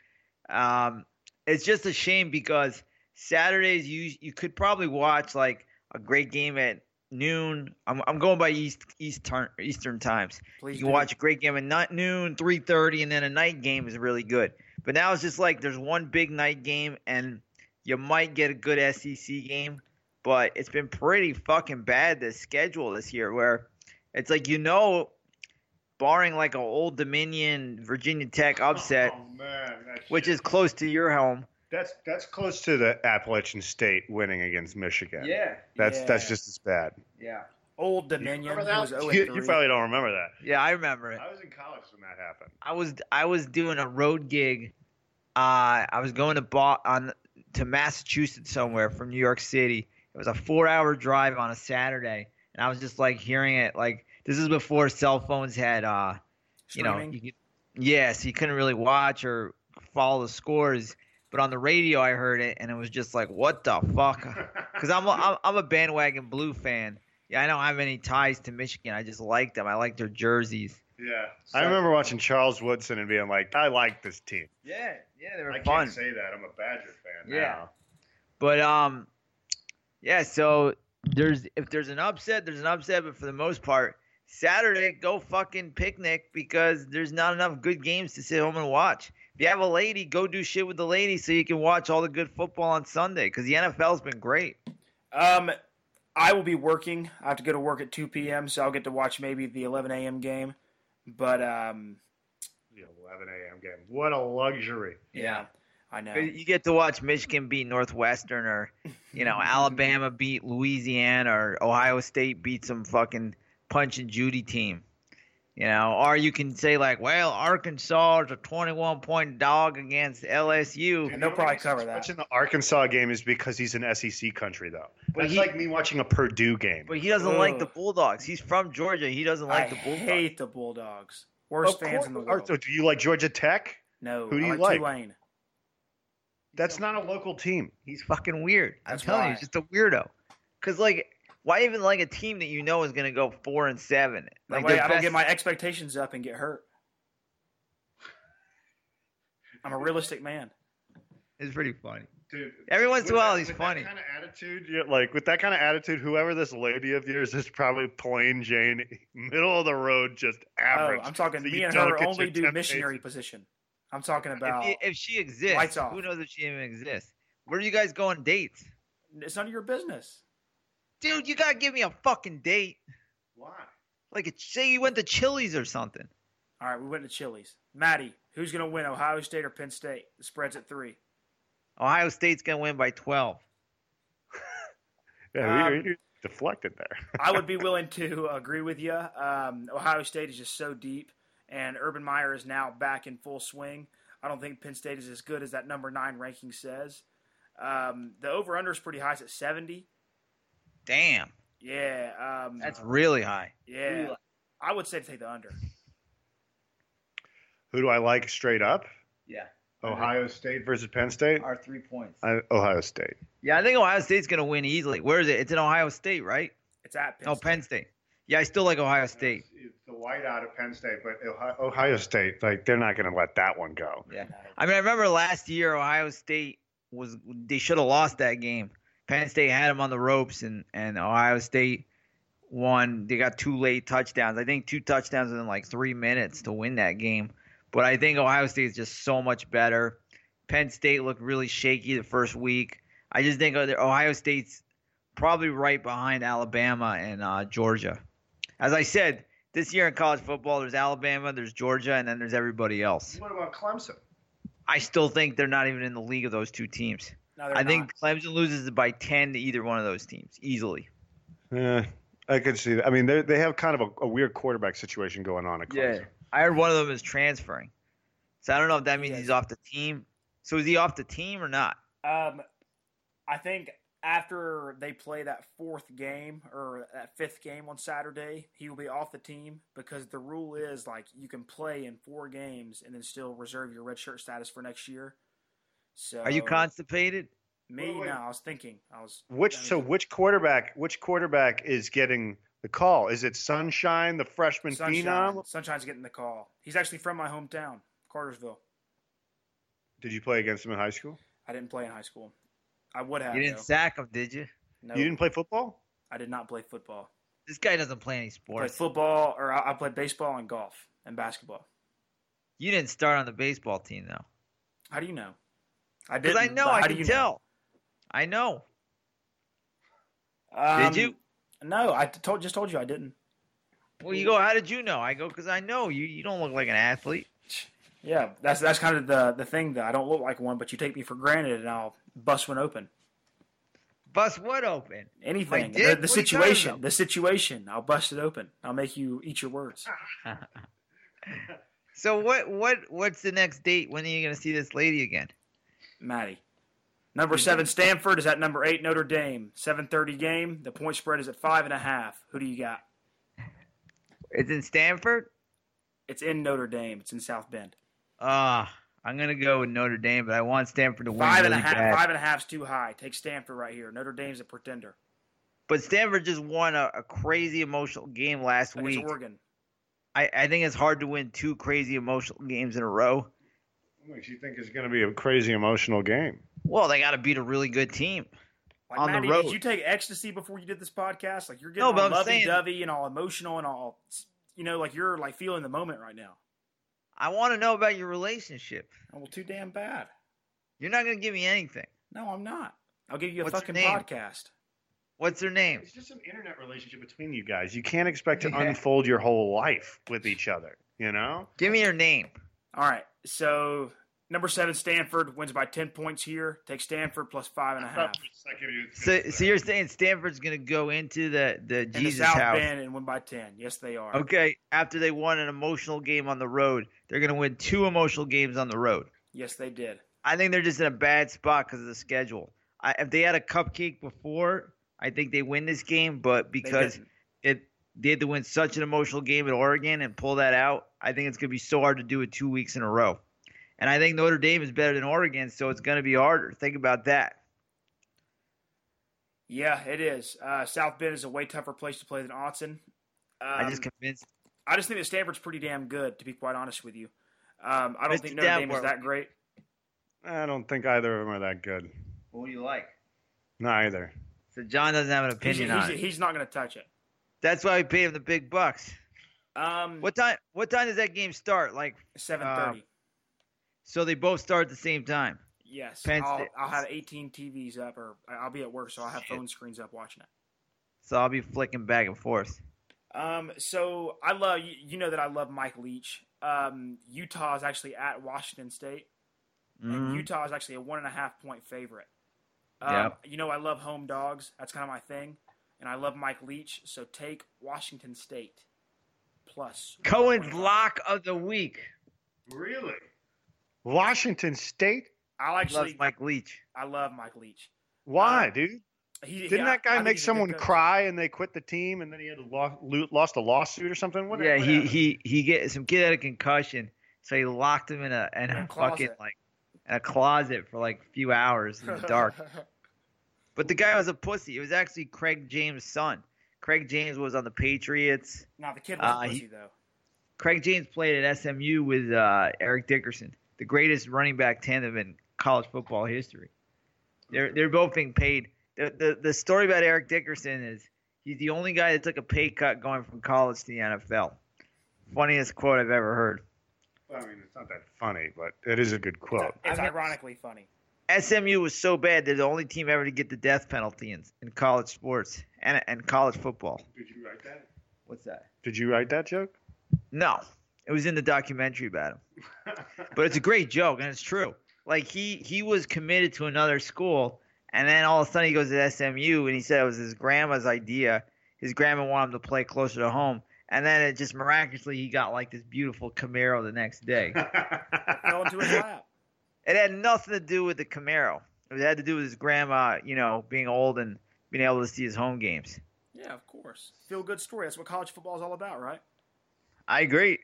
Speaker 2: um, it's just a shame because Saturdays you you could probably watch like a great game at noon. I'm I'm going by East Eastern Eastern times.
Speaker 1: Please,
Speaker 2: You can
Speaker 1: do.
Speaker 2: watch a great game at not noon, three thirty, and then a night game is really good. But now it's just like there's one big night game, and you might get a good SEC game, but it's been pretty fucking bad this schedule this year, where it's like you know, barring like a Old Dominion Virginia Tech upset,
Speaker 5: Oh man, that's
Speaker 2: which is close to your home.
Speaker 3: That's that's close to the Appalachian State winning against Michigan. That's that's
Speaker 1: Yeah.
Speaker 3: just as bad.
Speaker 2: yeah,
Speaker 1: Old Dominion
Speaker 5: Remember that?
Speaker 1: was 0
Speaker 3: You, you probably don't remember that.
Speaker 2: yeah. I remember it.
Speaker 3: I was in college when that happened.
Speaker 2: I was I was doing a road gig. Uh, I was going to Bo- on to Massachusetts somewhere from New York City. It was a four-hour drive on a Saturday, and I was just like hearing it. Like this is before cell phones had, uh, you know, you could, yeah, so you couldn't really watch or follow the scores. But on the radio, I heard it, and it was just like, what the fuck? Because I'm a, I'm- I'm a bandwagon blue fan. Yeah, I don't have any ties to Michigan. I just like them. I like their jerseys.
Speaker 5: yeah.
Speaker 3: I remember watching Charles Woodson and being like, I like this team.
Speaker 2: Yeah, yeah, they were
Speaker 5: I
Speaker 2: fun.
Speaker 5: can't say that. I'm a Badger fan.
Speaker 2: Yeah.
Speaker 3: now.
Speaker 2: But um, yeah. So there's if there's an upset, there's an upset. But for the most part, Saturday go fucking picnic because there's not enough good games to sit home and watch. If you have a lady, go do shit with the lady so you can watch all the good football on Sunday because the NFL's been great.
Speaker 1: Um, I will be working. I have to go to work at 2 p.m., so I'll get to watch maybe the 11 a.m. game. But um,
Speaker 3: The 11 a.m. game. What a luxury.
Speaker 1: yeah, I know.
Speaker 2: You get to watch Michigan beat Northwestern or you know Alabama beat Louisiana or Ohio State beat some fucking punch and Judy team. You know, or you can say like, well, Arkansas is a 21 point dog against LSU.
Speaker 1: And they'll probably cover that.
Speaker 3: Watching the Arkansas game is because he's an SEC country, though.
Speaker 2: But
Speaker 3: That's
Speaker 2: he-
Speaker 3: like me watching a Purdue game.
Speaker 2: But he doesn't like the
Speaker 1: Ugh.
Speaker 2: Bulldogs. He's from Georgia. He doesn't like
Speaker 1: I
Speaker 2: the Bulldogs.
Speaker 1: hate the Bulldogs. Worst
Speaker 3: Of
Speaker 1: fans
Speaker 3: course-
Speaker 1: in the
Speaker 3: or-
Speaker 1: world.
Speaker 3: so do you like Georgia Tech?
Speaker 1: no,
Speaker 3: who do
Speaker 1: I
Speaker 3: you like?
Speaker 1: Tulane.
Speaker 3: That's not a local team.
Speaker 2: He's fucking weird. I'm
Speaker 1: That's
Speaker 2: telling
Speaker 1: why.
Speaker 2: you, he's just a weirdo. Cause like, why even like a team that you know is gonna go four and seven?
Speaker 1: That
Speaker 2: Like
Speaker 1: way,
Speaker 2: their
Speaker 1: I don't
Speaker 2: best-
Speaker 1: get my expectations up and get hurt. I'm a realistic man.
Speaker 2: It's pretty funny.
Speaker 5: Dude,
Speaker 2: Every once in a
Speaker 5: with
Speaker 2: while,
Speaker 5: that-
Speaker 2: he's
Speaker 5: with
Speaker 2: funny.
Speaker 5: That kind of
Speaker 3: Attitude, you're like with that kind of attitude, whoever this lady of yours is probably plain Jane, middle of the road, just
Speaker 1: Oh,
Speaker 3: average.
Speaker 1: I'm talking.
Speaker 3: so
Speaker 1: me
Speaker 3: you
Speaker 1: and
Speaker 3: don't
Speaker 1: her
Speaker 3: get
Speaker 1: only
Speaker 3: your
Speaker 1: do
Speaker 3: temptation.
Speaker 1: missionary position. I'm talking about.
Speaker 2: If, she- if she exists,
Speaker 1: Lights off.
Speaker 2: who knows if she even exists? Where do you guys go on dates?
Speaker 1: it's none of your business.
Speaker 2: Dude, you gotta give me a fucking date.
Speaker 5: why?
Speaker 2: Like, it- say you went to Chili's or something.
Speaker 1: All right, we went to Chili's. Maddie, who's going to win, Ohio State or Penn State? The spread's at three.
Speaker 2: Ohio State's gonna win by 12.
Speaker 3: Yeah, you-
Speaker 1: Um,
Speaker 3: you deflected there.
Speaker 1: I would be willing to agree with you. Um, Ohio State is just so deep, and Urban Meyer is now back in full swing. I don't think Penn State is as good as that number nine ranking says. Um, the over under is pretty high. It's at 70.
Speaker 2: Damn,
Speaker 1: Yeah. Um,
Speaker 2: that's really high.
Speaker 1: yeah. I would say to take the under.
Speaker 3: Who do I like straight up?
Speaker 2: Yeah,
Speaker 3: Ohio State versus Penn State.
Speaker 2: our three points.
Speaker 3: I, Ohio State.
Speaker 2: Yeah, I think Ohio State's gonna win easily. Where is it? It's in Ohio State, right?
Speaker 1: It's at Penn
Speaker 2: No,
Speaker 1: State.
Speaker 2: Penn State. Yeah, I still like Ohio State.
Speaker 5: It's, it's the whiteout of Penn State, but Ohio,
Speaker 3: Ohio State, like they're not going to let that one go.
Speaker 2: Yeah.
Speaker 1: No.
Speaker 2: I mean, I remember last year Ohio State was they should have lost that game. Penn State had them on the ropes, and and Ohio State won. They got two late touchdowns. I think two touchdowns within like three minutes to win that game. But I think Ohio State is just so much better. Penn State looked really shaky the first week. I just think other- Ohio State's probably right behind Alabama and uh, Georgia. As I said, this year in college football, there's Alabama, there's Georgia, and then there's everybody else.
Speaker 5: What about Clemson?
Speaker 2: I still think they're not even in the league of those two teams.
Speaker 1: No, they're
Speaker 2: I think
Speaker 1: not.
Speaker 2: Clemson loses by ten to either one of those teams easily.
Speaker 3: Yeah, Eh, I could see that. I mean, they they have kind of a, a weird quarterback situation going on at Clemson.
Speaker 2: I heard one of them is transferring, so I don't know if that means
Speaker 1: Yes.
Speaker 2: he's off the team. So is he off the team or not?
Speaker 1: Um, I think after they play that fourth game or that fifth game on Saturday, he will be off the team because the rule is like you can play in four games and then still reserve your red shirt status for next year. So
Speaker 2: Are you constipated?
Speaker 1: Me?
Speaker 5: Wait, wait.
Speaker 1: No, I was thinking. I was
Speaker 3: Which
Speaker 1: I
Speaker 3: so
Speaker 1: mean,
Speaker 3: which quarterback which quarterback is getting the call? Is it Sunshine, the freshman
Speaker 1: Sunshine,
Speaker 3: phenom?
Speaker 1: Sunshine's getting the call. He's actually from my hometown, Cartersville.
Speaker 3: Did you play against him in high school?
Speaker 1: I didn't play in high school. I would have.
Speaker 2: You didn't
Speaker 1: though.
Speaker 2: sack him, did you?
Speaker 1: No,
Speaker 3: You didn't play football?
Speaker 1: I did not play football.
Speaker 2: This guy doesn't play any
Speaker 1: I played
Speaker 2: sports.
Speaker 1: football, or I, I played baseball and golf and basketball.
Speaker 2: You didn't start on the baseball team though,
Speaker 1: How do you know? I
Speaker 2: because I
Speaker 1: didn't,
Speaker 2: know
Speaker 1: but
Speaker 2: I
Speaker 1: how do
Speaker 2: can
Speaker 1: you know?
Speaker 2: tell. I know.
Speaker 1: Um,
Speaker 2: you?
Speaker 1: No, I t- told just told you I didn't.
Speaker 2: Well, you go. How did you know? I go because I know you. You don't look like an athlete.
Speaker 1: Yeah, that's that's kind of the the thing that I don't look like one, but you take me for granted, and I'll bust one open.
Speaker 2: Bust what open?
Speaker 1: Anything,
Speaker 2: did?
Speaker 1: the, the
Speaker 2: What are you talking
Speaker 1: situation,
Speaker 2: about?
Speaker 1: the situation, I'll bust it open. I'll make you eat your words.
Speaker 2: So what? What? What's the next date? When are you gonna see this lady again?
Speaker 1: Maddie. Number seven, Stanford is at number eight, Notre Dame. Seven thirty game. The point spread is at five and a half. Who do you got?
Speaker 2: It's in Stanford.
Speaker 1: It's in Notre Dame. It's in South Bend.
Speaker 2: Ah, I'm gonna go with Notre Dame, but I want Stanford to win
Speaker 1: Five and
Speaker 2: really
Speaker 1: a half.
Speaker 2: bad.
Speaker 1: Five and a half's too high. Take Stanford right here. Notre Dame's a pretender.
Speaker 2: But Stanford just won a, a crazy emotional game last
Speaker 1: Against
Speaker 2: week.
Speaker 1: Oregon.
Speaker 2: I, I think it's hard to win two crazy emotional games in a row.
Speaker 3: What makes you think it's going to be a crazy emotional game?
Speaker 2: Well, they got to beat a really good team.
Speaker 1: Like,
Speaker 2: On the
Speaker 1: Maddie,
Speaker 2: road.
Speaker 1: Did you take ecstasy before you did this podcast? Like you're
Speaker 2: No,
Speaker 1: getting
Speaker 2: but
Speaker 1: all
Speaker 2: I'm saying-
Speaker 1: lovey dovey and all emotional and all, you know, like you're like feeling the moment right now.
Speaker 2: I want to know about your relationship.
Speaker 1: Oh, well, too damn bad.
Speaker 2: You're not gonna give me anything.
Speaker 1: No, I'm not. I'll give you a
Speaker 2: What's her
Speaker 1: fucking
Speaker 2: name?
Speaker 1: podcast.
Speaker 2: What's her name?
Speaker 5: It's just an internet relationship between.
Speaker 3: Between you guys, you can't expect to
Speaker 2: Yeah.
Speaker 3: unfold your whole life with each other. You know,
Speaker 2: Give me her name.
Speaker 1: All right. So number seven, Stanford wins by ten points here. Take Stanford plus five
Speaker 3: Ah.
Speaker 1: and a half.
Speaker 2: So, so you're saying Stanford's gonna go into the the
Speaker 1: In the
Speaker 2: Jesus
Speaker 1: South
Speaker 2: house?
Speaker 1: Bend and win by ten. Yes, they are.
Speaker 2: Okay, after they won an emotional game on the road, they're gonna win two emotional games on the road.
Speaker 1: Yes, they did.
Speaker 2: I think they're just in a bad spot because of the schedule. I, if they had a cupcake before, I think they win this game. But
Speaker 1: They
Speaker 2: because
Speaker 1: didn't.
Speaker 2: it they had to win such an emotional game at Oregon and pull that out, I think it's gonna be so hard to do it two weeks in a row. And I think Notre Dame is better than Oregon, so it's gonna be harder. Think about that.
Speaker 1: yeah, it is. Uh, South Bend is a way tougher place to play than Autzen. Um,
Speaker 2: I just convinced.
Speaker 1: I just think that Stanford's pretty damn good, to be quite honest with you. Um, I don't
Speaker 2: Mr.
Speaker 1: think Notre Dame is
Speaker 2: Davenport.
Speaker 1: that great.
Speaker 3: I don't think either of them are that good.
Speaker 2: Who do you like?
Speaker 3: Neither.
Speaker 2: So John doesn't have an
Speaker 1: He's,
Speaker 2: opinion
Speaker 1: he's-
Speaker 2: on it.
Speaker 1: he's not going to touch it.
Speaker 2: That's why we pay him the big bucks.
Speaker 1: Um,
Speaker 2: What uh, time? What time does that game start? Like,
Speaker 1: Seven thirty.
Speaker 2: so they both start at the same time.
Speaker 1: yes,
Speaker 2: Penn
Speaker 1: I'll,
Speaker 2: State-
Speaker 1: I'll have eighteen TVs up, or I- I'll be at work, so I'll have
Speaker 2: Shit.
Speaker 1: phone screens up watching it.
Speaker 2: So I'll be flicking back and forth.
Speaker 1: Um, so I love you, you. know that I love Mike Leach. Um, Utah is actually at Washington State, and
Speaker 2: Mhm.
Speaker 1: Utah is actually a one and a half point favorite. Um,
Speaker 2: Yep.
Speaker 1: You know I love home dogs. That's kind of my thing, and I love Mike Leach. So take Washington State plus.
Speaker 2: Cohen's lock of the week.
Speaker 5: Really?
Speaker 3: Washington State?
Speaker 1: I'll
Speaker 2: He Loves
Speaker 1: actually.
Speaker 2: Mike Leach.
Speaker 1: I love Mike Leach.
Speaker 3: Why,
Speaker 1: Uh,
Speaker 3: dude?
Speaker 1: He,
Speaker 3: Didn't
Speaker 1: he-
Speaker 3: that
Speaker 1: I
Speaker 3: guy
Speaker 1: think
Speaker 3: make
Speaker 1: he's a good
Speaker 3: someone
Speaker 1: coach.
Speaker 3: cry and they quit the team and then he had a lo- lo- lost a lawsuit or something? What
Speaker 2: yeah,
Speaker 3: what
Speaker 2: he
Speaker 3: happened?
Speaker 2: he he get some kid had a concussion, so he locked him in a in
Speaker 1: In a
Speaker 2: a fucking
Speaker 1: closet.
Speaker 2: like in a closet for like a few hours in the dark. but the guy was a pussy. It was actually Craig James' son. Craig James was on the Patriots.
Speaker 1: no, the kid was
Speaker 2: Uh,
Speaker 1: a
Speaker 2: he-
Speaker 1: pussy though.
Speaker 2: Craig James played at SMU with uh, Eric Dickerson, the greatest running back tandem in college football history. They're they're both being paid. The the, the story about Eric Dickerson is he's the only guy that took a pay cut going from college to the NFL. Funniest quote I've ever heard.
Speaker 3: I mean, it's not that funny, but it is a good quote.
Speaker 1: It's
Speaker 2: I mean-
Speaker 1: ironically funny.
Speaker 2: SMU was so bad they're the only team ever to get the death penalty in, in college sports and and college football.
Speaker 5: Did you write that?
Speaker 2: What's that?
Speaker 3: Did you write that joke?
Speaker 2: No, It was in the documentary about him. But it's a great joke and it's true. Like he he was committed to another school and then all of a sudden he goes to SMU and he said it was his grandma's idea. His grandma wanted him to play closer to home. And then it just miraculously he got like this beautiful Camaro the next day.
Speaker 1: fell into his lap.
Speaker 2: It had nothing to do with the Camaro. It had to do with his grandma, you know, being old and being able to see his home games.
Speaker 1: Yeah, of course. Feel good story. That's what college football is all about, right?
Speaker 2: I agree.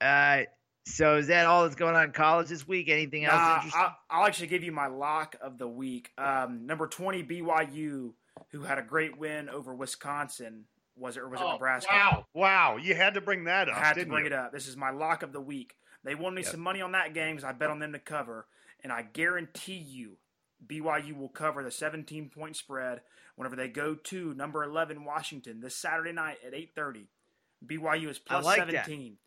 Speaker 2: Uh, so is that all that's going on in college this week? Anything else
Speaker 1: Nah,
Speaker 2: interesting?
Speaker 1: I, I'll actually give you my lock of the week. Um, number twenty BYU, who had a great win over Wisconsin, was it or was it
Speaker 3: Oh,
Speaker 1: Nebraska?
Speaker 3: Wow, wow! You had to bring that up.
Speaker 1: I had to
Speaker 3: didn't
Speaker 1: bring it
Speaker 3: you?
Speaker 1: up. This is my lock of the week. They won me
Speaker 2: Yep.
Speaker 1: some money on that game because I bet on them to cover, and I guarantee you, BYU will cover the 17 point spread whenever they go to number 11 Washington this Saturday night at 8:30. BYU is plus
Speaker 2: like that.
Speaker 1: 17.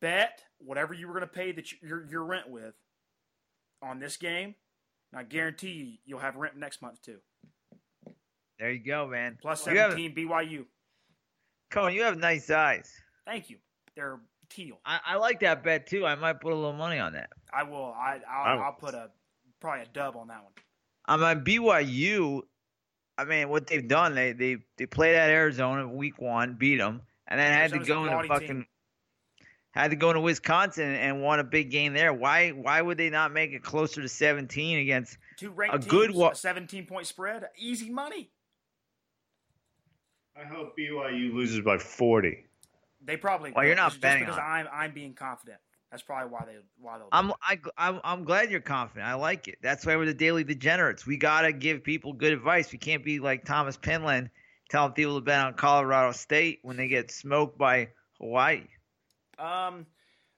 Speaker 1: Bet whatever you were going to pay that you- your your rent with on this game, and I guarantee you you'll have rent next month too.
Speaker 2: there you go, man.
Speaker 1: Plus
Speaker 2: You have-
Speaker 1: 17 BYU.
Speaker 2: Cohen, you have nice eyes.
Speaker 1: Thank you. They're teal.
Speaker 2: I, I like that bet too. I might put a little money on that.
Speaker 1: I will. I
Speaker 3: I
Speaker 1: I'll,
Speaker 3: would-
Speaker 1: I'll put a probably a dub on that one.
Speaker 2: I'm on BYU. I mean, what they've done, they they they played at Arizona week one, beat them, and then had to
Speaker 1: Arizona's a
Speaker 2: go into
Speaker 1: quality
Speaker 2: fucking
Speaker 1: team.
Speaker 2: had to go into Wisconsin and won a big game there. Why why would they not make it closer to 17 against?
Speaker 1: Two ranked
Speaker 2: A
Speaker 1: teams,
Speaker 2: good wa-
Speaker 1: a 17 point spread, easy money.
Speaker 5: I hope BYU
Speaker 3: You loses by forty.
Speaker 1: They probably.
Speaker 2: Well, you're
Speaker 1: will.
Speaker 2: not
Speaker 1: It's just
Speaker 2: betting
Speaker 1: because
Speaker 2: on it.
Speaker 1: I'm I'm being confident. That's probably why they why they'll.
Speaker 2: I'm I, I'm I'm glad you're confident. I like it. That's why we're the Daily Degenerates. We gotta give people good advice. We can't be like Thomas Penland telling people to bet on Colorado State when they get smoked by Hawaii.
Speaker 1: um,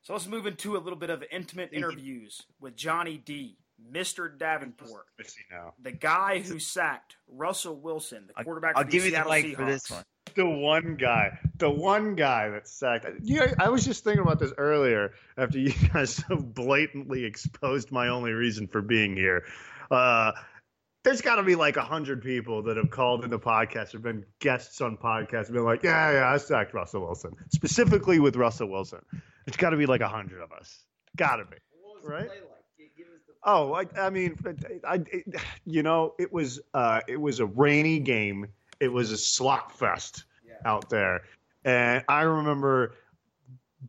Speaker 1: so let's move into a little bit of intimate interviews with Johnny D, Mr. Davenport,
Speaker 3: Let's see now.
Speaker 1: the guy who sacked Russell Wilson, the
Speaker 2: I'll-
Speaker 1: quarterback.
Speaker 2: I'll
Speaker 1: for the
Speaker 2: give you the
Speaker 1: Seattle
Speaker 2: mic for this
Speaker 1: Seahawks.
Speaker 2: one.
Speaker 3: The one guy, the one guy that sacked. You know, I was just thinking about this earlier after you guys so blatantly exposed my only reason for being here. Uh, there's got to be like a hundred people that have called into podcasts or been guests on podcasts and been like, yeah, yeah, I sacked Russell Wilson specifically with Russell Wilson. It's got to be like a hundred of us. Got to be. Right? Oh, I, I mean, I, it- you know, it was uh, it was a rainy game. It was a slop fest out there, and I remember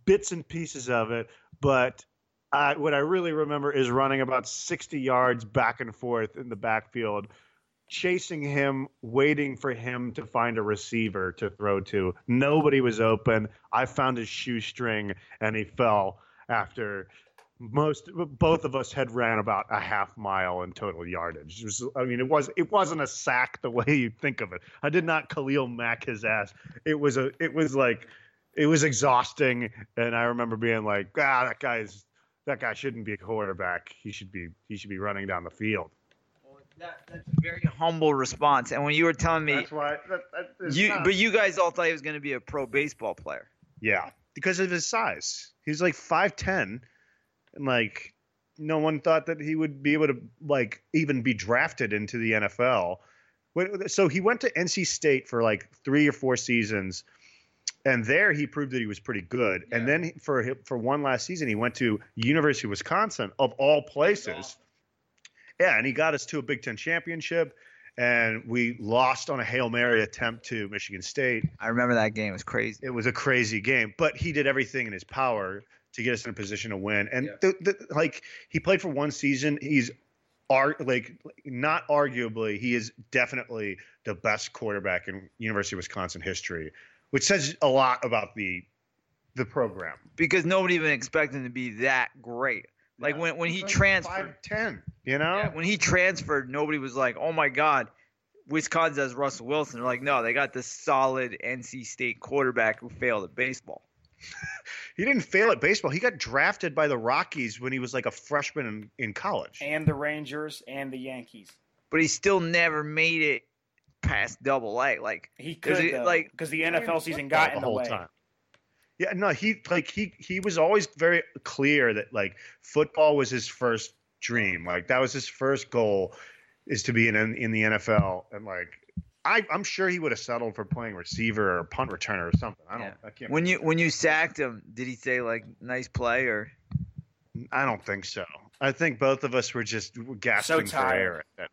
Speaker 3: bits and pieces of it. But I, what I really remember is running about sixty yards back and forth in the backfield, chasing him, waiting for him to find a receiver to throw to. Nobody was open. I found his shoestring, and he fell after most both of us had ran about a half mile in total yardage. It was, I mean, it was it wasn't a sack the way you think of it. I did not Khalil Mack his ass. It was a it was like it was exhausting, and I remember being like, ah, that guy's that guy shouldn't be a quarterback. He should be he should be running down the field.
Speaker 2: That, that's a very humble response. And when you were telling me,
Speaker 3: That's why. That, that is
Speaker 2: you
Speaker 3: not-
Speaker 2: but you guys all thought he was going to be a pro baseball player.
Speaker 3: yeah, because of his size, he's like five ten, and like no one thought that he would be able to like even be drafted into the NFL. When- So he went to NC State for like three or four seasons, and there he proved that he was pretty good. And
Speaker 2: Yeah.
Speaker 3: then he- for hi- for one last season, he went to University of Wisconsin of all places.
Speaker 2: awesome.
Speaker 3: Yeah, and he got us to a Big Ten championship, and we lost on a hail mary attempt to Michigan State
Speaker 2: I remember that game it was crazy.
Speaker 3: it was a crazy game, but he did everything in his power to get us in a position to win. And
Speaker 2: Yeah.
Speaker 3: the, the, like he played for one season, he's are like not arguably, he is definitely the best quarterback in University of Wisconsin history, which says a lot about the the program.
Speaker 2: because nobody even expected him to be that great. Like when, when he
Speaker 3: He's like
Speaker 2: transferred,
Speaker 3: 5'10", you know,
Speaker 2: yeah, when he transferred, nobody was like, "Oh my God, Wisconsin has Russell Wilson." They're like, "No, they got this solid NC State quarterback who failed at baseball."
Speaker 3: he didn't fail at baseball. He got drafted by the Rockies when he was like a freshman in, in college.
Speaker 1: And the Rangers and the Yankees.
Speaker 2: But he still never made it past Double A. Like
Speaker 1: He
Speaker 2: Does
Speaker 1: could
Speaker 2: it,
Speaker 1: though,
Speaker 2: like-
Speaker 1: because the NFL season got in the, way.
Speaker 3: Yeah, no, he like he he was always very clear that like football was his first dream. Like that was his first goal is to be in in the NFL and like I, I'm sure he would have settled for playing receiver or punt returner or something. I don't.
Speaker 2: Yeah.
Speaker 3: I can't.
Speaker 2: When you when you sacked him, did he say like nice play or
Speaker 3: I don't think so. I think both of us were just gasping for
Speaker 1: tired.
Speaker 3: air at that point.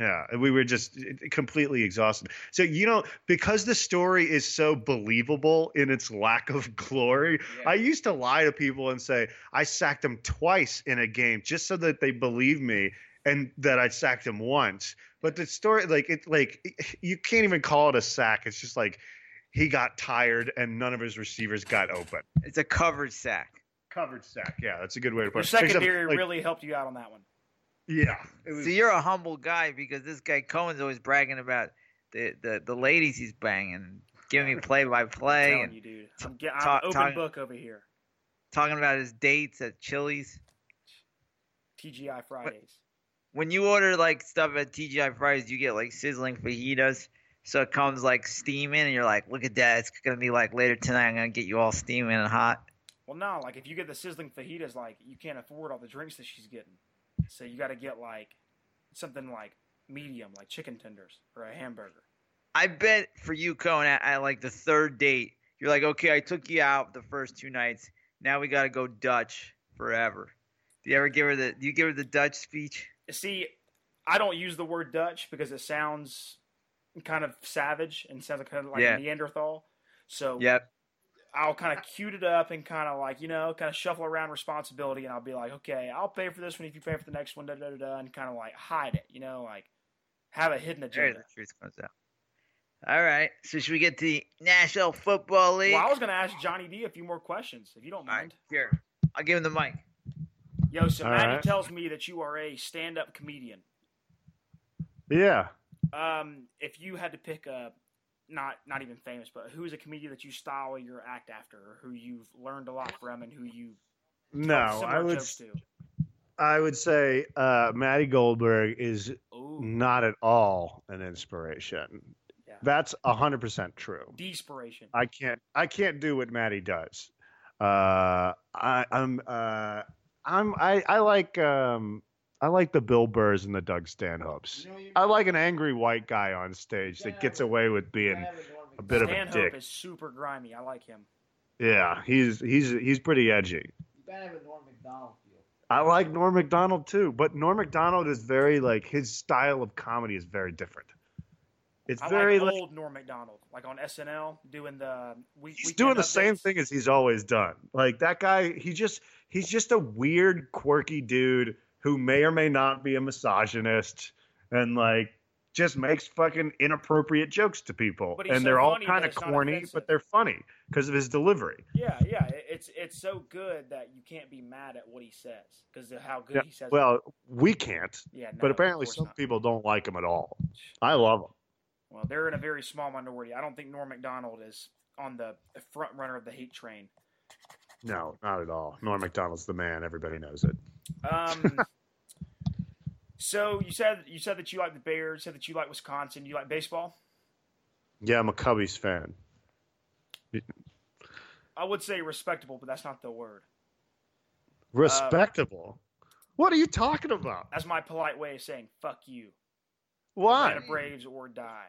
Speaker 3: Yeah, we were just eh, completely exhausted. So you know, because the story is so believable in its lack of glory, I used to lie to people and say I sacked him twice in a game just so that they believe me and that I sacked him once. But the story, like it, like eh, you can't even call it a sack. It's just like he got tired and none of his receivers got open.
Speaker 2: it's a coverage sack?
Speaker 3: Covered sack. Yeah, that's a good way to
Speaker 1: Your
Speaker 3: put it. Except,
Speaker 1: secondary
Speaker 3: like,
Speaker 1: really helped you out on that one.
Speaker 3: Yeah. It was,
Speaker 2: So you're a humble guy because this guy Cohen's always bragging about the the, the ladies he's banging, giving me play by
Speaker 1: I'm
Speaker 2: play
Speaker 1: telling
Speaker 2: and
Speaker 1: you, dude. I'm, get, I'm
Speaker 2: Talk-
Speaker 1: open
Speaker 2: talk-
Speaker 1: book over here.
Speaker 2: talking about his dates at Chili's.
Speaker 1: TGI Fridays.
Speaker 2: When you order like stuff at TGI Fridays, you get like sizzling fajitas. So it comes like steaming, and you're like, "Look at that! It's gonna be like later tonight. I'm gonna get you all steaming and hot."
Speaker 1: Well, no, like if you get the sizzling fajitas, like you can't afford all the drinks that she's getting, so you got to get like something like medium, like chicken tenders or a hamburger.
Speaker 2: I bet for you, Cohen, at, at like the third date, you're like, okay, I took you out the first two nights. Now we gotta go Dutch forever. Do you ever give her the? Do you give her the Dutch speech?
Speaker 1: See, I don't use the word Dutch because it sounds kind of savage and sounds kind of like
Speaker 2: Yeah.
Speaker 1: Neanderthal. So
Speaker 2: Yep.
Speaker 1: I'll kind of cute it up and kind of like you know, kind of shuffle around responsibility, and I'll be like, okay, I'll pay for this one if you pay for the next one, da da da, da, and kind of like hide it, you know, like have a hidden
Speaker 2: There
Speaker 1: agenda.
Speaker 2: the truth comes out. All right. So should we get to the National Football League?
Speaker 1: Well, I was gonna ask Johnny D a few more questions if you don't
Speaker 2: All right.
Speaker 1: mind.
Speaker 2: Here, I'll give him the mic.
Speaker 1: Yo, so
Speaker 3: All
Speaker 1: Maddie
Speaker 3: right.
Speaker 1: tells me that you are a stand-up comedian.
Speaker 3: yeah.
Speaker 1: Um, if you had to pick a not not even famous, but who is a comedian that you style your act after, or who you've learned a lot from, and who you
Speaker 3: No,
Speaker 1: tell similar
Speaker 3: I would.
Speaker 1: jokes to?
Speaker 3: I would say uh, Maddie Goldberg is
Speaker 1: Ooh,
Speaker 3: not at all an inspiration.
Speaker 1: Yeah.
Speaker 3: That's hundred percent true.
Speaker 1: desperation.
Speaker 3: I can't. I can't do what Maddie does. Uh, I, I'm. Uh, I'm. I, I like. Um, I like the Bill Burrs and the Doug Stanhopes. I like an angry white guy on stage that gets away with being a bit of a
Speaker 1: Stanhope
Speaker 3: dick.
Speaker 1: is super grimy. I like him.
Speaker 3: Yeah, he's he's he's pretty edgy.
Speaker 4: You better have a Norm McDonald feel.
Speaker 3: I like Norm Macdonald too, but Norm Macdonald is very like his style of comedy is very different. It's
Speaker 1: I
Speaker 3: very
Speaker 1: like
Speaker 3: like,
Speaker 1: old Norm Macdonald, like on SNL, doing the um, we.
Speaker 3: he's
Speaker 1: weekend
Speaker 3: doing the same
Speaker 1: updates.
Speaker 3: thing as he's always done. Like that guy, he just he's just a weird, quirky dude who may or may not be a misogynist and like just makes fucking inappropriate jokes to people,
Speaker 1: But he's
Speaker 3: and
Speaker 1: so
Speaker 3: they're all
Speaker 1: funny that
Speaker 3: kind of
Speaker 1: it's not
Speaker 3: corny,
Speaker 1: offensive.
Speaker 3: but they're funny because of his delivery.
Speaker 1: Yeah, yeah. it- It's it's so good that you can't be mad at what he says because of how good
Speaker 3: Yeah,
Speaker 1: he says. it.
Speaker 3: Well, we can't,
Speaker 1: yeah, no,
Speaker 3: but
Speaker 1: of
Speaker 3: apparently
Speaker 1: course
Speaker 3: some
Speaker 1: not.
Speaker 3: people don't like him at all. I love him.
Speaker 1: Well, they're in a very small minority. I don't think Norm Macdonald is on the front runner of the hate train.
Speaker 3: No, not at all. Norm Macdonald's the man. Everybody knows it.
Speaker 1: Um, so you said you said that you like the Bears, said that you like Wisconsin, you like baseball.
Speaker 3: Yeah, I'm a Cubbies fan.
Speaker 1: I would say respectable, but that's not the word.
Speaker 3: Respectable. what are you talking about?
Speaker 1: That's my polite way of saying fuck you.
Speaker 3: Why?
Speaker 1: Atlanta Braves or die.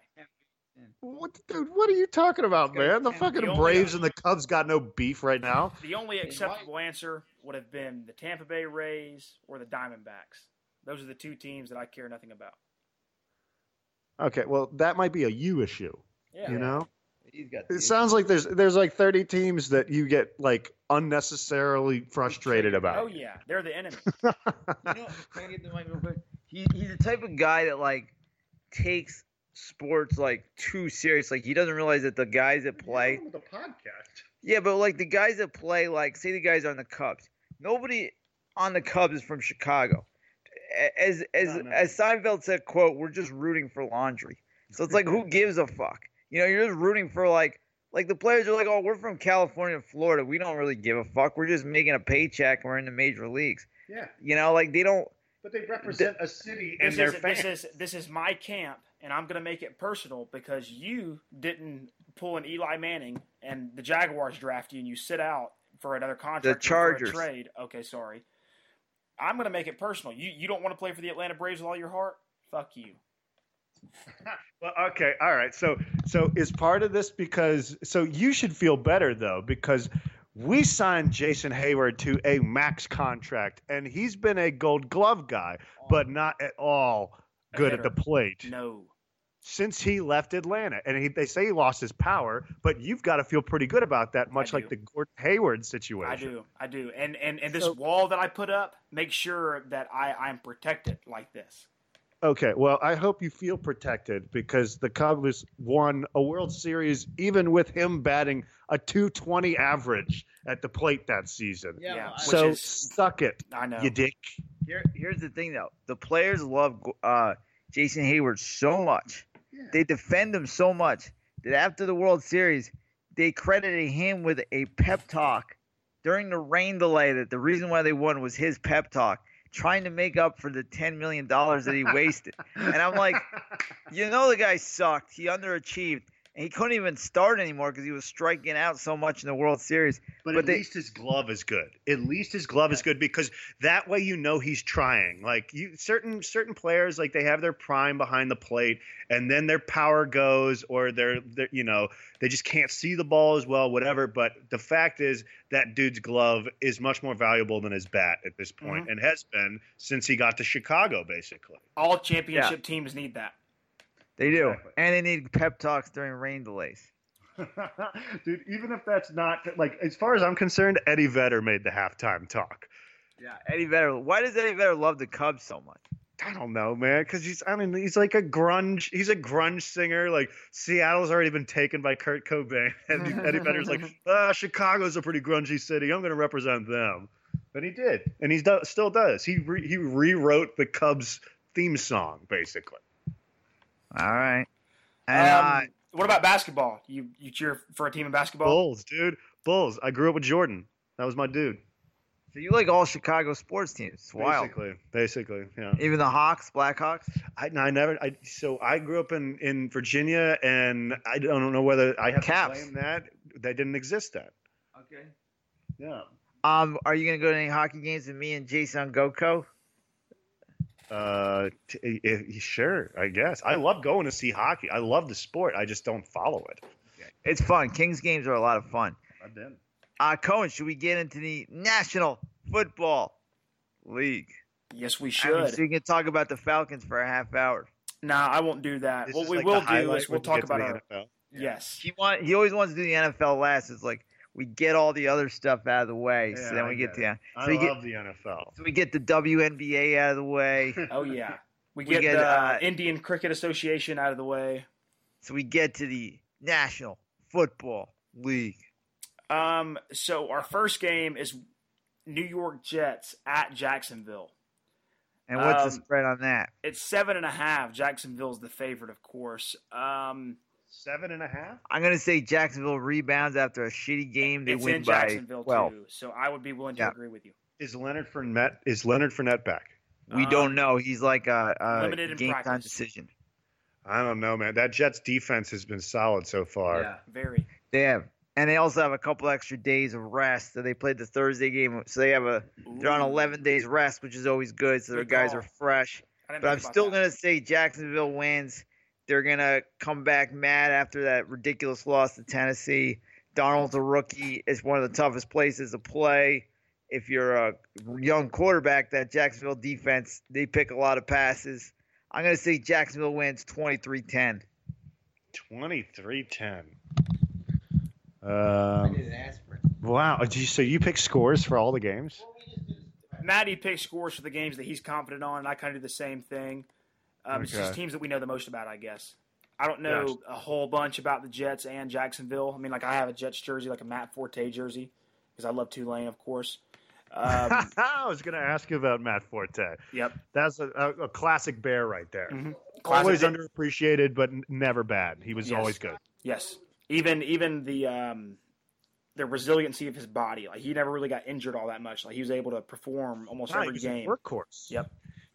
Speaker 3: What, dude, what are you talking about, man? The fucking
Speaker 1: The only-
Speaker 3: Braves and the Cubs got no beef right now.
Speaker 1: The only acceptable answer would have been the Tampa Bay Rays or the Diamondbacks. Those are the two teams that I care nothing about.
Speaker 3: Okay, well, that might be a you issue.
Speaker 1: Yeah.
Speaker 3: you know,
Speaker 2: He's got.
Speaker 3: it sounds like there's there's like 30 teams that you get like unnecessarily frustrated
Speaker 1: Oh
Speaker 3: about.
Speaker 1: yeah, they're the enemy.
Speaker 2: You know, can I get the mic real quick? He, he's the type of guy that like takes sports like too serious. Like he doesn't realize that the guys that play.
Speaker 5: The podcast.
Speaker 2: Yeah, but like the guys that play, like say the guys on the Cubs. Nobody on the Cubs is from Chicago. A- As as
Speaker 5: No, no.
Speaker 2: as Seinfeld said, "quote We're just rooting for laundry." So it's like, who gives a fuck? You know, you're just rooting for like like the players are like, "Oh, we're from California, and Florida. We don't really give a fuck. We're just making a paycheck. We're in the major leagues."
Speaker 5: Yeah,
Speaker 2: You know, like they don't.
Speaker 5: but they represent a city and
Speaker 1: this
Speaker 5: their
Speaker 1: is, this
Speaker 5: fans.
Speaker 1: is this is my camp, and I'm gonna make it personal because you didn't pull an Eli Manning, and the Jaguars draft you, and you sit out for another contract. or for a
Speaker 2: Chargers.
Speaker 1: trade. Okay, sorry. I'm gonna make it personal. You you don't want to play for the Atlanta Braves with all your heart. Fuck you.
Speaker 3: Well, okay, all right. So, so is part of this because so you should feel better though because we signed Jason Hayward to a max contract and he's been a Gold Glove guy,
Speaker 6: Oh,
Speaker 3: but not at all good at the plate
Speaker 1: No.
Speaker 3: since he left Atlanta. And he, they say he lost his power, but you've got to feel pretty good about that, much like
Speaker 1: do.
Speaker 3: the Gordon Hayward
Speaker 1: I
Speaker 3: situation.
Speaker 1: do, I do, and and and this
Speaker 3: So-
Speaker 1: wall that I put up, make sure that I I'm protected like this.
Speaker 3: Okay, well, I hope you feel protected because the Cubs won a World Series even with him batting a 220 average at the plate that season.
Speaker 4: Yeah,
Speaker 1: Yeah.
Speaker 4: well, I-
Speaker 1: Which
Speaker 3: So
Speaker 1: is-
Speaker 3: suck it,
Speaker 1: I know.
Speaker 3: you dick.
Speaker 2: Here, here's the thing, though. The players love uh, Jason Hayward so much. They defend him so much that after the World Series, they credited him with a pep talk during the rain delay. That the reason why they won was his pep talk, trying to make up for the ten million dollars that he wasted. and I'm like, you know, the guy sucked. He underachieved. And he couldn't even start anymore because he was striking out so much in the World Series.
Speaker 3: But,
Speaker 2: But
Speaker 3: at
Speaker 2: they-
Speaker 3: least his glove is good. At least his glove is good because that way you know he's trying. Like you certain certain players like they have their prime behind the plate and then their power goes or their their you know, they just can't see the ball as well whatever, but the fact is that dude's glove is much more valuable than his bat at this point, and has been since he got to Chicago basically.
Speaker 1: All championship teams need that.
Speaker 2: They do.
Speaker 5: Exactly.
Speaker 2: And they need pep talks during rain delays.
Speaker 3: Dude, even if that's not like as far as I'm concerned, Eddie Vedder made the halftime talk.
Speaker 2: Yeah, Eddie Vedder. Why does Eddie Vedder love the Cubs so much?
Speaker 3: I don't know, man, because he's I mean he's like a grunge he's a grunge singer. Like Seattle's already been taken by Kurt Cobain, and Eddie Vedder's like, ah, Chicago's a pretty grungy city. I'm going to represent them, and he did, and he do- still does. He re- he rewrote the Cubs theme song basically.
Speaker 2: All right. uh,
Speaker 1: Um, what about basketball? You you cheer for a team in basketball?
Speaker 3: Bulls, dude, Bulls. I grew up with Jordan. That was my dude.
Speaker 2: so you like all Chicago sports teams? It's wild.
Speaker 3: Basically, basically, yeah.
Speaker 2: Even the Hawks, Blackhawks.
Speaker 3: I, I never. I so I grew up in in Virginia, and I don't know whether I have
Speaker 2: Caps.
Speaker 3: to blame that. That didn't exist then.
Speaker 4: Okay.
Speaker 3: Yeah.
Speaker 2: Um, are you gonna go to any hockey games with me and Jason on GoCo?
Speaker 3: Uh, t- i- i- sure. I guess I love going to see hockey. I love the sport. I just don't follow it.
Speaker 2: It's fun. Kings games are a lot of fun.
Speaker 3: I've been.
Speaker 2: Uh, Cohen, should we get into the National Football League?
Speaker 1: Yes, we
Speaker 2: I mean,
Speaker 1: should.
Speaker 2: so you can talk about the Falcons for a half hour.
Speaker 1: nah, I won't do that. what we will do is we'll talk about our yes.
Speaker 2: He want he always wants to do the NFL last. It's like we get all the other stuff out of the way,
Speaker 3: Yeah,
Speaker 2: so then
Speaker 3: I
Speaker 2: we
Speaker 3: get
Speaker 2: get the
Speaker 3: I
Speaker 2: so you get
Speaker 3: love the NFL.
Speaker 2: so we get the WNBA out of the way.
Speaker 1: Oh yeah. We
Speaker 2: We
Speaker 1: get,
Speaker 2: get,
Speaker 1: the
Speaker 2: uh,
Speaker 1: Indian Cricket Association out of the way.
Speaker 2: So we get to the National Football League.
Speaker 1: Um, so our first game is New York Jets at Jacksonville.
Speaker 2: And what's the
Speaker 1: Um,
Speaker 2: spread on that?
Speaker 1: It's seven and a half. Jacksonville's the favorite, of course. Um,
Speaker 3: Seven and a half.
Speaker 2: I'm going to say Jacksonville rebounds after a shitty game. They
Speaker 1: it's
Speaker 2: win
Speaker 1: in
Speaker 2: by
Speaker 1: Jacksonville
Speaker 2: 12.
Speaker 1: too, so I would be willing to
Speaker 2: Yeah.
Speaker 1: agree with you.
Speaker 3: Is Leonard Fournette? Is Leonard Fournette back?
Speaker 2: We
Speaker 1: Um,
Speaker 2: don't know. He's like a,
Speaker 1: limited
Speaker 2: a
Speaker 1: in
Speaker 2: game time
Speaker 1: practice.
Speaker 2: decision.
Speaker 3: I don't know, man. That Jets defense has been solid so far.
Speaker 4: Yeah.
Speaker 1: Very.
Speaker 2: They have, and they also have a couple extra days of rest. So they played the Thursday game, so they have a they're on
Speaker 1: Ooh,
Speaker 2: 11 days rest, which is always good. So their
Speaker 1: Good
Speaker 2: guys
Speaker 1: call.
Speaker 2: are fresh.
Speaker 1: I didn't think
Speaker 2: But I'm
Speaker 1: about
Speaker 2: still
Speaker 1: that.
Speaker 2: going to say Jacksonville wins. They're going to come back mad after that ridiculous loss to Tennessee. Donald's a rookie. It's one of the toughest places to play. If you're a young quarterback, that Jacksonville defense, they pick a lot of passes. I'm going to say Jacksonville wins 23 10.
Speaker 3: Twenty-three ten.
Speaker 4: I
Speaker 3: Um,
Speaker 4: need an aspirin.
Speaker 3: wow. Uh, Did you- So you pick scores for all the games?
Speaker 4: Well, we just did this.
Speaker 1: Maddie picks scores for the games that he's confident on, and I kind of do the same thing. Um, It's just
Speaker 3: Okay.
Speaker 1: teams that we know the most about, I guess. I don't know
Speaker 3: Yes.
Speaker 1: a whole bunch about the Jets and Jacksonville. I mean, like I have a Jets jersey, like a Matt Forte jersey, because I love Tulane, of course. Um,
Speaker 3: I was going to ask you about Matt Forte.
Speaker 1: yep.
Speaker 3: That's a, a, a classic bear right there.
Speaker 1: Mhm.
Speaker 3: Always
Speaker 1: Classic-
Speaker 3: underappreciated, but n- never bad. He was
Speaker 1: Yes.
Speaker 3: always good.
Speaker 1: Yes. Even even the um the resiliency of his body. Like he never really got injured all that much. Like he was able to perform almost
Speaker 3: Nah, he
Speaker 1: every
Speaker 3: was a
Speaker 1: game.
Speaker 3: workhorse.
Speaker 1: Yep.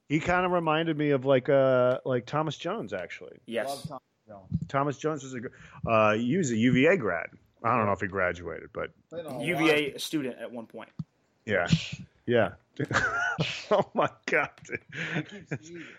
Speaker 3: He kind of reminded me of like uh like Thomas Jones actually.
Speaker 1: Yes.
Speaker 4: Love Tom Jones.
Speaker 3: Thomas Jones was a gr- uh he was a UVA grad. I don't know if he graduated, but
Speaker 6: Oh,
Speaker 4: Played on a lot.
Speaker 1: UVA student at one point.
Speaker 3: yeah. Yeah. oh my god, dude.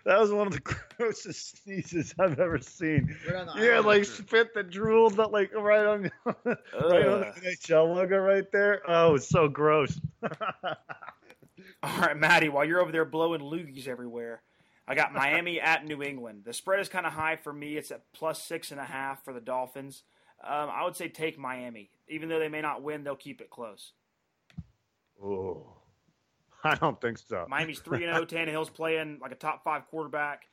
Speaker 3: that was one of the grossest sneezes I've ever seen. Yeah, like spit that drooled that like right on, right on the
Speaker 1: Ugh.
Speaker 3: NHL logo right there. Oh, it's so gross.
Speaker 1: All right, Maddie, while you're over there blowing loogies everywhere, I got Miami at New England. The spread is kind of high for me. It's at plus six and a half for the Dolphins. Um, I would say take Miami. Even though they may not win, they'll keep it close.
Speaker 3: oh, I don't think so.
Speaker 1: Miami's 3 0. Tannehill's playing like a top five quarterback.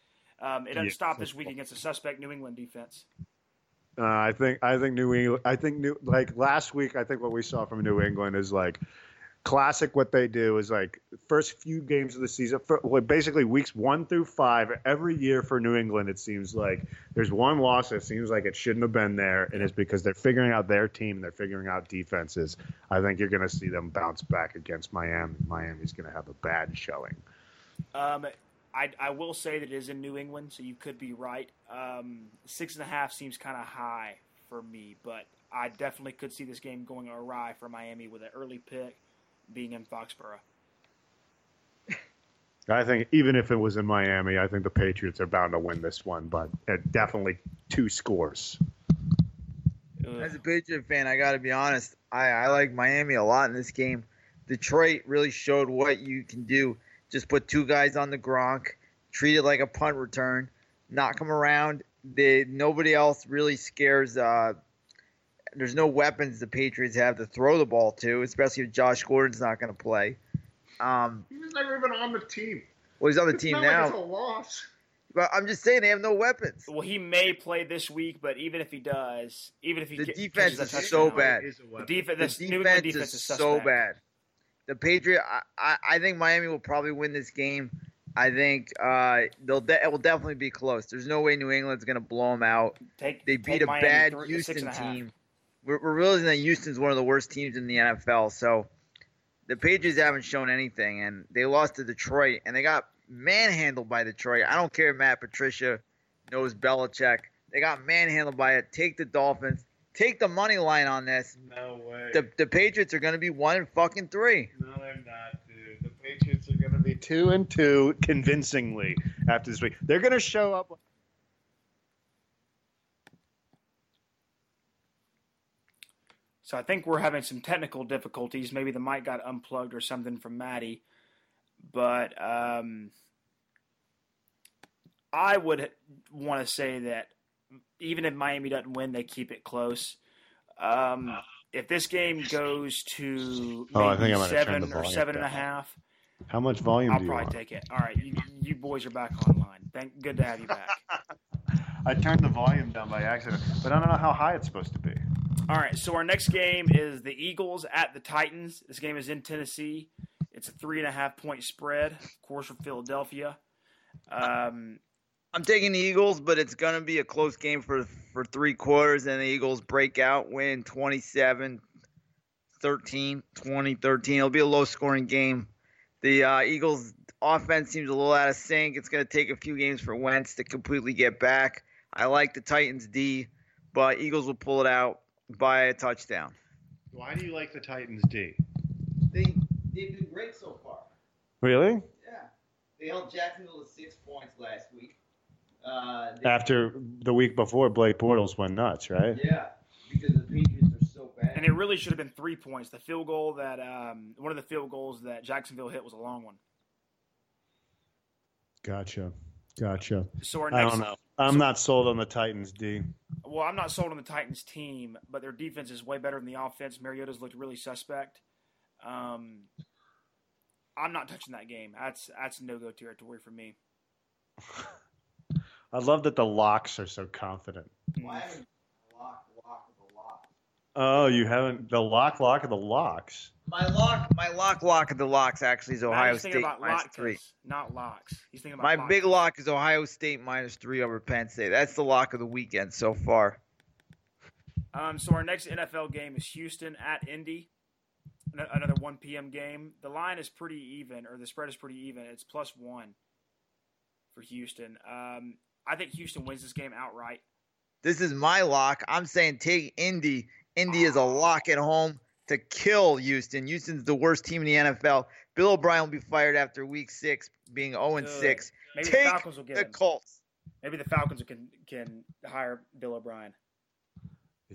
Speaker 1: Um, it doesn't
Speaker 3: Yes.
Speaker 1: stop this week against a suspect New England defense.
Speaker 3: Uh, I think I think New England. I think New like last week. I think what we saw from New England is like classic. What they do is like first few games of the season, for, well, basically weeks one through five every year for New England. It seems like there's one loss that seems like it shouldn't have been there, and it's because they're figuring out their team. They're figuring out defenses. I think you're going to see them bounce back against Miami. Miami's going to have a bad showing.
Speaker 1: Um, I, I will say that it is in New England, so you could be right. Um, six and a half seems kind of high for me, but I definitely could see this game going awry for Miami with an early pick being in Foxborough.
Speaker 3: I think even if it was in Miami, I think the Patriots are bound to win this one, but it definitely two scores.
Speaker 2: As a
Speaker 1: Ugh.
Speaker 2: Patriot fan, I got to be honest. I, I like Miami a lot in this game. Detroit really showed what you can do. Just put two guys on the Gronk, treat it like a punt return, knock them around. They, nobody else really scares. Uh, there's no weapons the Patriots have to throw the ball to, especially if Josh Gordon's not going to play. Um,
Speaker 5: He was never even on the team.
Speaker 2: well, he's on the
Speaker 5: It's
Speaker 2: team
Speaker 5: not
Speaker 2: now.
Speaker 5: Like it's a loss.
Speaker 2: But I'm just saying they have no weapons.
Speaker 1: Well, he may play this week, but even if he does, even if he
Speaker 2: The
Speaker 1: ca-
Speaker 2: defense
Speaker 1: catches a
Speaker 2: is so
Speaker 1: touchdown,
Speaker 2: bad.
Speaker 1: The defense,
Speaker 2: the
Speaker 1: this New England
Speaker 2: defense,
Speaker 1: defense
Speaker 2: is,
Speaker 1: is,
Speaker 2: so
Speaker 1: suspect.
Speaker 2: bad. The Patriot, I, I, I think Miami will probably win this game. I think uh, they'll de- it will definitely be close. There's no way New England's going to blow them out.
Speaker 1: Take
Speaker 2: They
Speaker 1: take
Speaker 2: beat a
Speaker 1: Miami
Speaker 2: bad
Speaker 1: three- six and
Speaker 2: Houston
Speaker 1: a half.
Speaker 2: team. We're, we're realizing that Houston's one of the worst teams in the NFL. So the Patriots haven't shown anything, and they lost to Detroit, and they got manhandled by Detroit. I don't care if Matt Patricia knows Belichick. They got manhandled by it. Take the Dolphins. Take the money line on this.
Speaker 5: No way.
Speaker 2: The, the Patriots are going to be one and fucking three.
Speaker 5: no, they're not, dude. The Patriots are gonna be.
Speaker 3: two and two convincingly after this week. They're going to show up.
Speaker 1: So I think we're having some technical difficulties. Maybe the mic got unplugged or something from Maddie. But um, I would want to say that even if Miami doesn't win, they keep it close. Um, if this game goes to maybe
Speaker 3: Oh, I think I'm gonna turn the
Speaker 1: seven or
Speaker 3: volume
Speaker 1: seven and a
Speaker 3: down.
Speaker 1: half,
Speaker 3: How much volume
Speaker 1: I'll
Speaker 3: do you
Speaker 1: probably
Speaker 3: want?
Speaker 1: take it. All right, you, you boys are back online. Thank, good to have you back.
Speaker 3: I turned the volume down by accident, but I don't know how high it's supposed to be.
Speaker 1: All right, so our next game is the Eagles at the Titans. This game is in Tennessee. It's a three and a half point spread, of course, from Philadelphia. Um,
Speaker 2: I'm taking the Eagles, but it's going to be a close game for for three quarters, and the Eagles break out, win 27 13, 20 13. It'll be a low scoring game. The uh, Eagles' offense seems a little out of sync. It's going to take a few games for Wentz to completely get back. I like the Titans' D, but Eagles will pull it out by a touchdown.
Speaker 5: Why do you like the Titans D?
Speaker 6: They they've been great so far.
Speaker 3: Really?
Speaker 6: Yeah, they held Jacksonville to six points last week. Uh, they-
Speaker 3: After the week before, Blake Bortles went nuts, right?
Speaker 6: yeah, because the Patriots are so bad.
Speaker 1: and it really should have been three points. The field goal that um, one of the field goals that Jacksonville hit was a long one.
Speaker 3: Gotcha. Gotcha.
Speaker 1: So our
Speaker 3: I
Speaker 1: next,
Speaker 3: don't know. I'm not sold on the Titans D.
Speaker 1: well, I'm not sold on the Titans team, but their defense is way better than the offense. Mariota's looked really suspect. Um, I'm not touching that game. That's that's no go territory for me.
Speaker 3: I love that the locks are so confident.
Speaker 6: Why haven't lock lock of the lock?
Speaker 3: Oh, you haven't the lock lock of the locks.
Speaker 2: My lock, my lock, lock of the locks actually is
Speaker 1: Matt,
Speaker 2: Ohio
Speaker 1: he's thinking
Speaker 2: State
Speaker 1: about
Speaker 2: minus three.
Speaker 1: latkes, not locks. He's thinking about
Speaker 2: My
Speaker 1: latkes.
Speaker 2: big lock is Ohio State minus three over Penn State. That's the lock of the weekend so far.
Speaker 1: Um, so our next NFL game is Houston at Indy, An- another 1 p.m. game. The line is pretty even, or the spread is pretty even. It's plus one for Houston. Um, I think Houston wins this game outright.
Speaker 2: This is my lock. I'm saying take Indy. Indy is a lock at home to kill Houston. Houston's the worst team in the NFL. Bill O'Brien will be fired after week six, being 0 and
Speaker 1: Good.
Speaker 2: 6.
Speaker 1: Maybe
Speaker 2: Take
Speaker 1: the Falcons will get
Speaker 2: The
Speaker 1: him.
Speaker 2: Colts.
Speaker 1: Maybe the Falcons can can hire Bill O'Brien.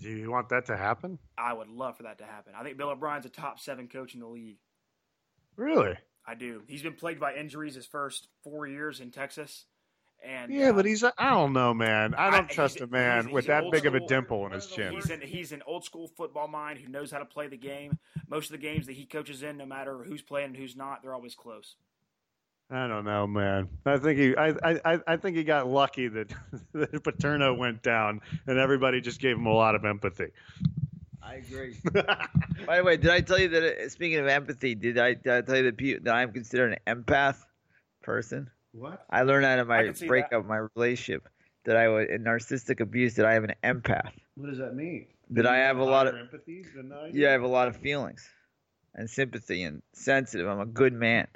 Speaker 3: Do you want that to happen?
Speaker 1: I would love for that to happen. I think Bill O'Brien's a top seven coach in the league.
Speaker 3: Really?
Speaker 1: I do. He's been plagued by injuries his first four years in Texas, and
Speaker 3: Yeah,
Speaker 1: uh,
Speaker 3: but he's. I don't know, man. I
Speaker 1: I-
Speaker 3: don't trust
Speaker 1: he's-
Speaker 3: a man
Speaker 1: he's-
Speaker 3: with
Speaker 1: he's
Speaker 3: that
Speaker 1: old
Speaker 3: big of a
Speaker 1: school.
Speaker 3: dimple in his chin.
Speaker 1: He's an he's an old school football mind who knows how to play the game. Most of the games that he coaches in, no matter who's playing and who's not, they're always close.
Speaker 3: I don't know, man. I think he. I. I- I. I think he got lucky that that Paterno went down, and everybody just gave him a lot of empathy.
Speaker 2: I agree. By the way, did I tell you that, uh, speaking of empathy, did I, did I tell you that, pe- that I'm considered an empath person?
Speaker 5: What?
Speaker 2: I learned out of
Speaker 1: I
Speaker 2: my
Speaker 1: can see that.
Speaker 2: breakup, my relationship, that I was in narcissistic abuse, that I have an empath.
Speaker 5: What does that mean?
Speaker 2: Did I have a lot of-
Speaker 5: empathy? Than I do?
Speaker 2: Yeah, I have a lot of feelings and sympathy and sensitive. I'm a good man.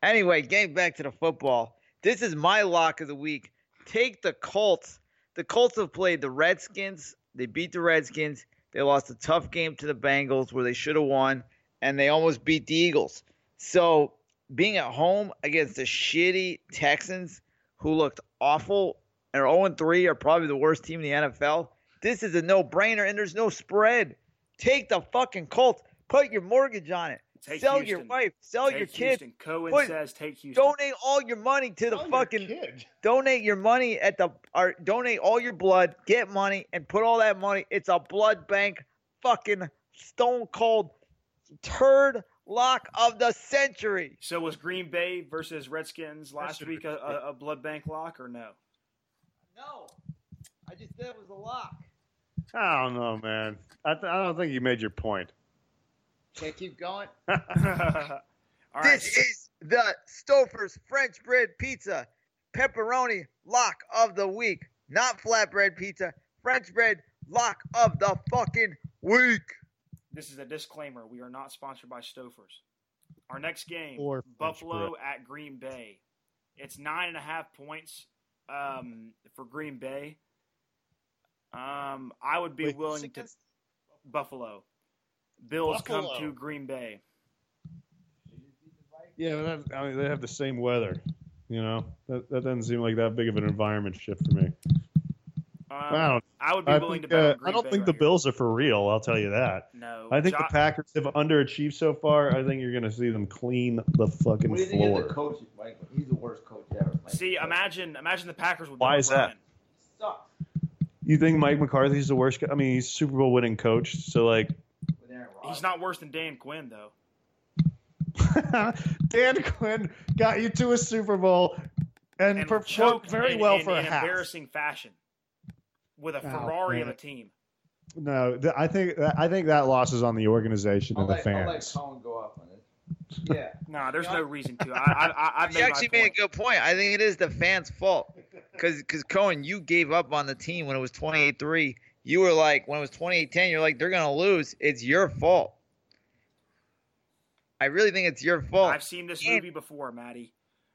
Speaker 2: Anyway, getting back to the football, this is my lock of the week. Take the Colts. The Colts have played the Redskins. They beat the Redskins. They lost a tough game to the Bengals where they should have won, and they almost beat the Eagles. So being at home against the shitty Texans, who looked awful and are 0 3 are probably the worst team in the NFL, this is a no brainer, and there's no spread. Take the fucking Colts. Put your mortgage on it.
Speaker 1: Take
Speaker 2: sell your
Speaker 1: Houston.
Speaker 2: wife. Sell
Speaker 1: take
Speaker 2: your kids.
Speaker 1: Houston. Cohen
Speaker 2: Wait,
Speaker 1: says take Houston.
Speaker 2: Donate all your money to the
Speaker 5: Oh, your
Speaker 2: fucking.
Speaker 5: kid.
Speaker 2: Donate your money at the. Or donate all your blood. Get money and put all that money. It's a blood bank. Fucking stone cold turd lock of the century.
Speaker 1: So was Green Bay versus Redskins last
Speaker 3: should
Speaker 1: week a, a, a blood bank lock or no?
Speaker 2: No, I just said it was a lock.
Speaker 3: I don't know, man. I, th- I don't think you made your point.
Speaker 2: Can't keep going.
Speaker 1: All right.
Speaker 2: this is the Stouffer's French bread pizza, pepperoni lock of the week. Not flatbread pizza, French bread lock of the fucking week.
Speaker 1: This is a disclaimer. We are not sponsored by Stofers. Our next game,
Speaker 3: Or French
Speaker 1: Buffalo at Green Bay. It's nine and a half points um, for Green Bay. Um, I would be
Speaker 3: Wait,
Speaker 1: willing to Buffalo. Bills come
Speaker 3: Buffalo.
Speaker 1: to Green Bay.
Speaker 3: Yeah, but I, I mean, they have the same weather. You know, that, that doesn't seem like that big of an environment shift for me.
Speaker 1: Um,
Speaker 3: I don't.
Speaker 1: I would be
Speaker 3: I,
Speaker 1: willing
Speaker 3: think,
Speaker 1: to. bet
Speaker 3: uh,
Speaker 1: on
Speaker 3: I
Speaker 1: Green
Speaker 3: don't
Speaker 1: Bay
Speaker 3: think
Speaker 1: right
Speaker 3: the
Speaker 1: here.
Speaker 3: Bills are for real. I'll tell you that.
Speaker 1: No,
Speaker 3: I think
Speaker 1: Jo-
Speaker 3: the Packers have underachieved so far. I think you're going to see them clean the fucking
Speaker 6: What do you think of the
Speaker 3: floor.
Speaker 6: coach, Mike? He's the worst coach ever. Mike.
Speaker 1: See, imagine, imagine the Packers would.
Speaker 3: Why is that?
Speaker 6: Sucks
Speaker 3: You think Mike McCarthy's the worst? co- I mean, he's Super Bowl winning coach. So like,
Speaker 6: with Aaron Rodgers.
Speaker 1: He's not worse than Dan Quinn though.
Speaker 3: Dan Quinn got you to a Super Bowl and,
Speaker 1: and
Speaker 3: performed
Speaker 1: choked
Speaker 3: very
Speaker 1: in,
Speaker 3: well
Speaker 1: in,
Speaker 3: for
Speaker 1: in
Speaker 3: a half.
Speaker 1: embarrassing fashion with a
Speaker 3: Oh,
Speaker 1: Ferrari of
Speaker 3: man.
Speaker 1: a team.
Speaker 3: No, th- I think I think that loss is on the organization and
Speaker 6: I'll
Speaker 3: the
Speaker 6: let, I'll let
Speaker 3: fans.
Speaker 6: Colin go off on it. Yeah.
Speaker 1: Nah, there's
Speaker 6: Yeah.
Speaker 1: no reason to. I, I, I I've
Speaker 2: You
Speaker 1: made
Speaker 2: actually
Speaker 1: my
Speaker 2: made a
Speaker 1: point.
Speaker 2: good point. I think it is the fans' fault. Because Cohen, you gave up on the team when it was 28 3. You were like, when it was 28 10, you're like, they're going to lose. It's your fault. I really think it's your fault.
Speaker 1: I've seen this
Speaker 2: And-
Speaker 1: movie before, Matty.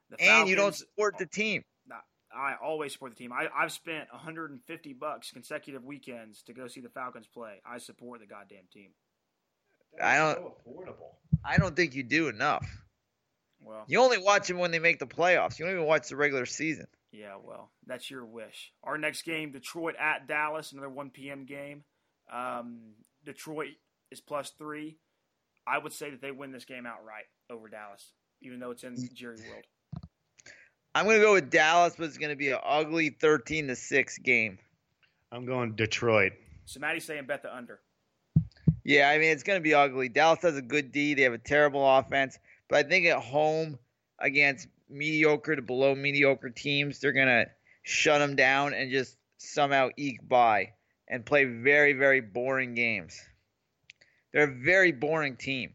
Speaker 1: The
Speaker 2: and you don't
Speaker 1: Falcons-
Speaker 2: support the team.
Speaker 1: I always support the team. I, I've spent 150 bucks consecutive weekends to go see the Falcons play. I support the goddamn team.
Speaker 2: I don't-
Speaker 5: So affordable.
Speaker 2: I don't think you do enough.
Speaker 1: Well,
Speaker 2: You only watch them when they make the playoffs. You don't even watch the regular season.
Speaker 1: yeah, well, that's your wish. Our next game, Detroit at Dallas, another 1 p.m. game. Um, Detroit is plus three. I would say that they win this game outright over Dallas, even though it's in Jerry World.
Speaker 2: I'm going to go with Dallas, but it's going to be an ugly 13 to 6 game.
Speaker 3: I'm going Detroit.
Speaker 1: So Maddie's saying bet the under.
Speaker 2: Yeah, I mean, it's going to be ugly. Dallas has a good D, they have a terrible offense. But I think at home against mediocre to below mediocre teams, they're going to shut them down and just somehow eke by and play very, very boring games. They're a very boring team.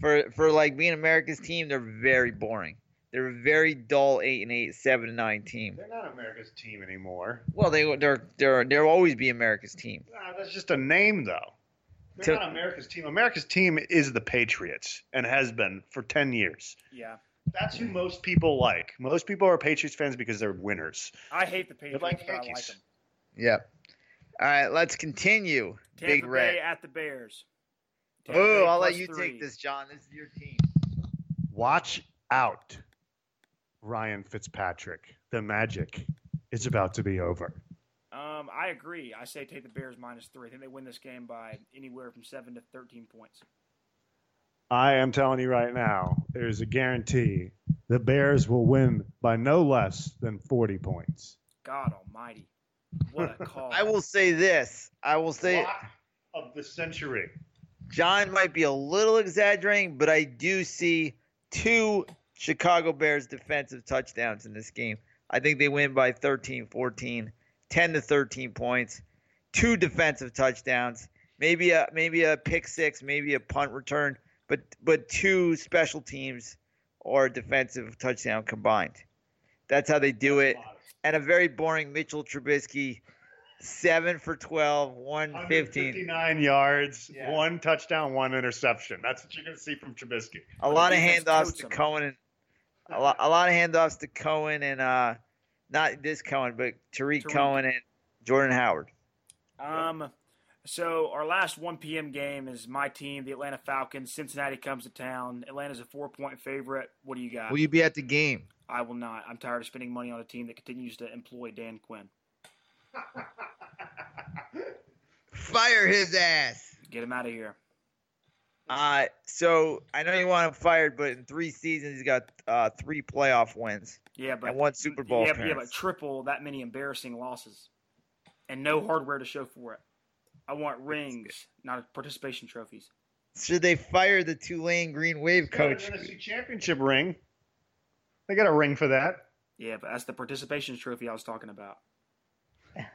Speaker 2: For for like being America's team, they're very boring. They're a very dull eight and eight, seven and nine team.
Speaker 3: They're not America's team anymore.
Speaker 2: Well, they they're they're they'll always be America's team.
Speaker 3: Nah, that's just a name, though. They're
Speaker 2: To-
Speaker 3: not America's team. America's team is the Patriots and has been for 10 years.
Speaker 1: Yeah,
Speaker 3: That's who most people like. Most people are Patriots fans because they're winners.
Speaker 1: I hate the Patriots,
Speaker 3: like
Speaker 1: but I like
Speaker 3: Yankees.
Speaker 1: them.
Speaker 2: Yeah. All right, let's continue.
Speaker 1: Tampa
Speaker 2: Big
Speaker 1: Bay
Speaker 2: Red.
Speaker 1: at the Bears. Tampa
Speaker 2: Oh,
Speaker 1: Bay
Speaker 2: I'll let
Speaker 1: plus
Speaker 2: you
Speaker 1: three.
Speaker 2: take this, John. This is your team.
Speaker 3: Watch out, Ryan Fitzpatrick. The magic is about to be over.
Speaker 1: Um, I agree. I say take the Bears minus three. I think they win this game by anywhere from seven to thirteen points.
Speaker 3: I am telling you right now, there's a guarantee the Bears will win by no less than 40 points.
Speaker 1: God Almighty, what a call!
Speaker 2: I will say this. I will say
Speaker 5: Lock of the century.
Speaker 2: John might be a little exaggerating, but I do see two Chicago Bears defensive touchdowns in this game. I think they win by 13, 14, 10 to 13 points, two defensive touchdowns, maybe a maybe a pick six, maybe a punt return, but but two special teams or defensive touchdown combined. That's how they do it. And a very boring Mitchell Trubisky, seven for 12, 115.
Speaker 5: 159 yards,
Speaker 6: Yeah.
Speaker 5: one touchdown, one interception. That's what you're going to see from Trubisky.
Speaker 2: A lot of
Speaker 1: defense
Speaker 2: handoffs
Speaker 1: coach
Speaker 2: to
Speaker 1: him.
Speaker 2: Cohen. And, a lot, a lot of handoffs to Cohen and uh, not this Cohen, but Tariq,
Speaker 1: Tariq.
Speaker 2: Cohen and Jordan Howard.
Speaker 1: Um, so our last 1 p.m. game is my team, the Atlanta Falcons. Cincinnati comes to town. Atlanta's a four-point favorite. What do you got?
Speaker 2: you be at the game?
Speaker 1: I will not. I'm tired of spending money on a team that continues to employ Dan Quinn.
Speaker 2: Fire his ass.
Speaker 1: Get him out of here.
Speaker 2: Uh, so I know you want him fired, but in three seasons he's got uh, three playoff wins
Speaker 1: Yeah, but
Speaker 2: and one Super Bowl
Speaker 1: yeah, yeah, but
Speaker 2: appearance.
Speaker 1: triple that many embarrassing losses, and no hardware to show for it. I want rings, not participation trophies.
Speaker 2: Should they fire the Tulane Green Wave
Speaker 5: Coach.
Speaker 2: coach?
Speaker 5: NFC championship.
Speaker 3: Ring. They got a ring for that.
Speaker 1: Yeah, but that's the participation trophy I was talking about.
Speaker 5: That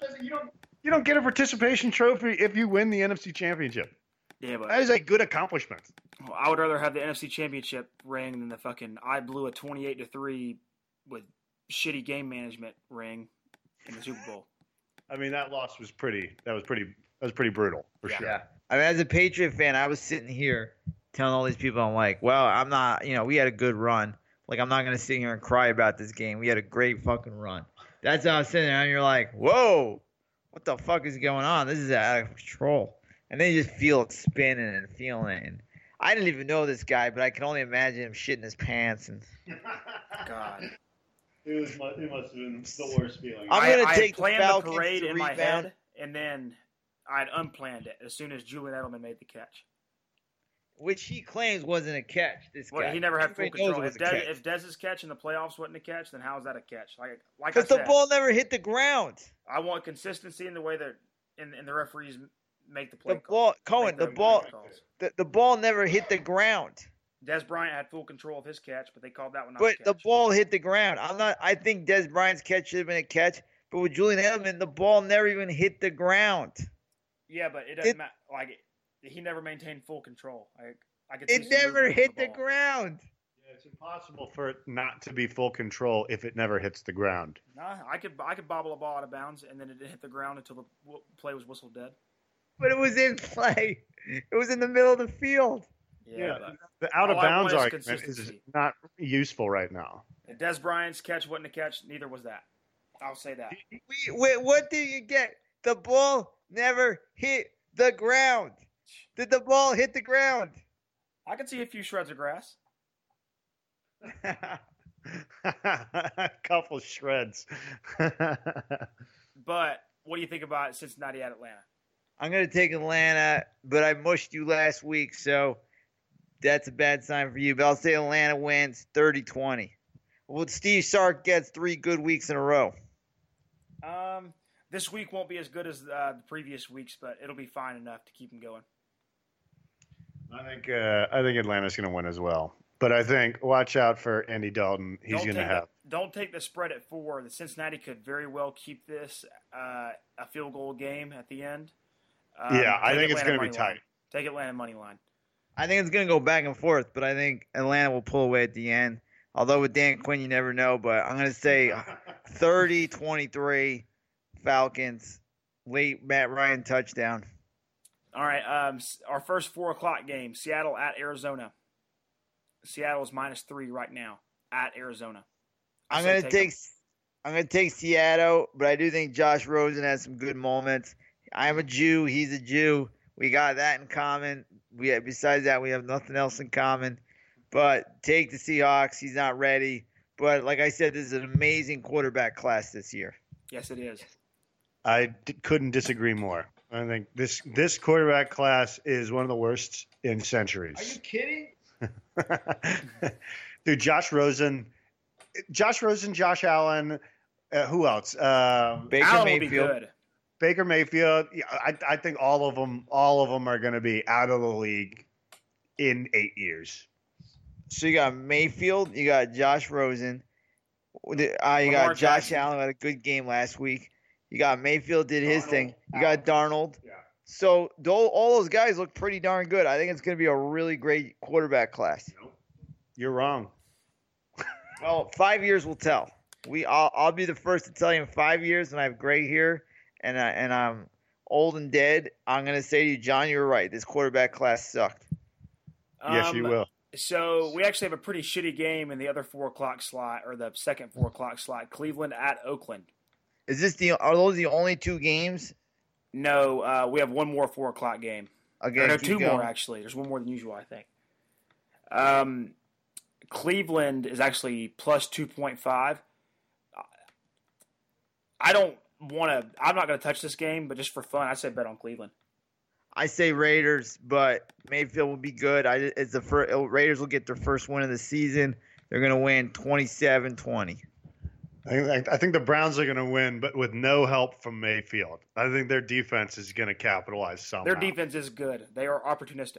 Speaker 5: doesn't- You don't,
Speaker 3: You don't get a participation trophy if you win the NFC Championship.
Speaker 1: Yeah, but
Speaker 3: That is a good accomplishment.
Speaker 1: Well, I would rather have the NFC Championship ring than the fucking I blew a twenty-eight to three with shitty game management ring in the Super Bowl.
Speaker 3: I mean, that loss was pretty. That was pretty. That was pretty brutal for
Speaker 1: Yeah.
Speaker 3: sure.
Speaker 2: Yeah. I mean, as a Patriot fan, I was sitting here telling all these people, I'm like, well, I'm not, you know, we had a good run. Like, I'm not going to sit here and cry about this game. We had a great fucking run. That's how I was sitting there, and you're like, whoa, what the fuck is going on? This is out of control. And then you just feel it spinning and feeling it. And I didn't even know this guy, but I can only imagine him shitting his pants. And
Speaker 1: God,
Speaker 5: It, was, mu- it must have been the worst feeling.
Speaker 2: I'm
Speaker 1: I-
Speaker 2: gonna
Speaker 1: I
Speaker 2: take the
Speaker 1: planned
Speaker 2: Falcons
Speaker 1: parade
Speaker 2: to
Speaker 1: in my
Speaker 2: rebound.
Speaker 1: head, and then I'd unplanned it as soon as Julian Edelman made the catch.
Speaker 2: which he claims wasn't a catch. This
Speaker 1: Well,
Speaker 2: guy.
Speaker 1: he never had full
Speaker 2: Everybody knows
Speaker 1: control.
Speaker 2: it
Speaker 1: If,
Speaker 2: was a
Speaker 1: Dez,
Speaker 2: catch.
Speaker 1: if Dez's catch in the playoffs wasn't a catch, then how is that a catch? Like, like I
Speaker 2: Because the
Speaker 1: said,
Speaker 2: ball never hit the ground.
Speaker 1: I want consistency in the way that and, and the referees make the play.
Speaker 2: The
Speaker 1: call.
Speaker 2: ball, Cohen,
Speaker 1: Make
Speaker 2: the
Speaker 1: their
Speaker 2: ball,
Speaker 1: play calls.
Speaker 2: the, the ball never hit the ground,
Speaker 1: Des Bryant had full control of his catch, but they called that one. Not
Speaker 2: but
Speaker 1: a
Speaker 2: the
Speaker 1: catch.
Speaker 2: ball hit the ground. I'm not. I think Des Bryant's catch should have been a catch, but with Julian Edelman, the ball never even hit the ground.
Speaker 1: Yeah, but it doesn't
Speaker 2: It-
Speaker 1: matter. Like it, he never maintained full control. Like I could. see
Speaker 2: It
Speaker 1: some
Speaker 2: never
Speaker 1: movement on
Speaker 2: hit the
Speaker 1: ball.
Speaker 2: ground.
Speaker 3: Yeah, it's impossible for it not to be full control if it never hits the ground.
Speaker 1: Nah, I could I could bobble a ball out of bounds, and then it didn't hit the ground until the w- play was whistled dead.
Speaker 2: But it was in play. It was in the middle of the field.
Speaker 1: Yeah.
Speaker 3: The out of
Speaker 1: All I want
Speaker 3: bounds
Speaker 1: is
Speaker 3: argument is
Speaker 1: consistency.
Speaker 3: not useful right now.
Speaker 1: But Des Bryant's catch wasn't a catch. Neither was that. I'll say that.
Speaker 2: We, we, what did you get? The ball never hit the ground. Did the ball hit the ground?
Speaker 1: I could see a few shreds of grass.
Speaker 3: Couple shreds.
Speaker 1: But what do you think about Cincinnati at Atlanta?
Speaker 2: I'm going to take Atlanta, but I mushed you last week, so that's a bad sign for you. But I'll say Atlanta wins 30 20. Well, Steve Sark gets three good weeks in a row.
Speaker 1: Um, this week won't be as good as uh, the previous weeks, but it'll be fine enough to keep them going.
Speaker 3: I think uh, I think Atlanta's going to win as well, but I think watch out for Andy Dalton. He's
Speaker 1: Don't
Speaker 3: going to
Speaker 1: take
Speaker 3: have.
Speaker 1: The, don't take the spread at four. The Cincinnati could very well keep this uh, a field goal game at the end. Um,
Speaker 3: yeah, I
Speaker 1: take
Speaker 3: think it's
Speaker 1: Atlanta
Speaker 3: going to
Speaker 1: money
Speaker 3: be tight.
Speaker 1: line. Take Atlanta money line.
Speaker 2: I think it's going to go back and forth, but I think Atlanta will pull away at the end. Although with Dan Quinn, you never know, but I'm going to say 30 23 Falcons, late Matt Ryan touchdown.
Speaker 1: All right, um, s- our first four o'clock game: Seattle at Arizona. Seattle is minus three right now at Arizona. I
Speaker 2: I'm
Speaker 1: say
Speaker 2: gonna
Speaker 1: take
Speaker 2: take,
Speaker 1: 'em.
Speaker 2: I'm gonna take Seattle, but I do think Josh Rosen has some good moments. I'm a Jew, he's a Jew. We got that in common. We besides that, we have nothing else in common. But take the Seahawks. He's not ready. But like I said, this is an amazing quarterback class this year.
Speaker 1: Yes, it is.
Speaker 3: I d- couldn't disagree more. I think this this quarterback class is one of the worst in
Speaker 6: Are you
Speaker 3: centuries.
Speaker 6: kidding?
Speaker 3: Dude, Josh Rosen, Josh Rosen, Josh Allen, uh, who else? Um,
Speaker 2: Baker
Speaker 1: Allen will be
Speaker 2: Mayfield.
Speaker 1: good.
Speaker 3: Baker Mayfield. yeah, I, I think all of them, all of them are going to be out of the league in eight years.
Speaker 2: So you got Mayfield, you got Josh Rosen, uh, you
Speaker 1: Lamar
Speaker 2: got Josh
Speaker 1: Jackson.
Speaker 2: Allen who had a good game last week. You got Mayfield did his
Speaker 5: Darnold,
Speaker 2: thing. You got Darnold.
Speaker 5: Yeah.
Speaker 2: So tho- all those guys look pretty darn good. I think it's going to be a really great quarterback class.
Speaker 3: You're wrong.
Speaker 2: Well, five years will tell. We I'll, I'll be the first to tell you in five years when I have gray hair and I, and I'm old and dead. I'm going to say to you, John, you were right. This quarterback class sucked.
Speaker 3: yes, you
Speaker 1: Um,
Speaker 3: will.
Speaker 1: So we actually have a pretty shitty game in the other four o'clock slot or the second four o'clock slot. Cleveland at Oakland.
Speaker 2: Is this the are those the only two games?
Speaker 1: No, uh, we have one more four o'clock game.
Speaker 2: Okay,
Speaker 1: There no,
Speaker 2: keep
Speaker 1: two
Speaker 2: going.
Speaker 1: more actually. There's one more than usual, I think. Um, Cleveland is actually plus two point five. I don't want to. I'm not going to touch this game, but just for fun, I say bet on Cleveland.
Speaker 2: I say Raiders, but Mayfield will be good. I it's the first Raiders will get their first win of the season. They're going to win 27-20.
Speaker 3: I think, I think the Browns are going to win, but with no help from Mayfield. I think their defense is going to capitalize
Speaker 2: Oh,
Speaker 3: somehow.
Speaker 1: Their defense is good. They are opportunistic.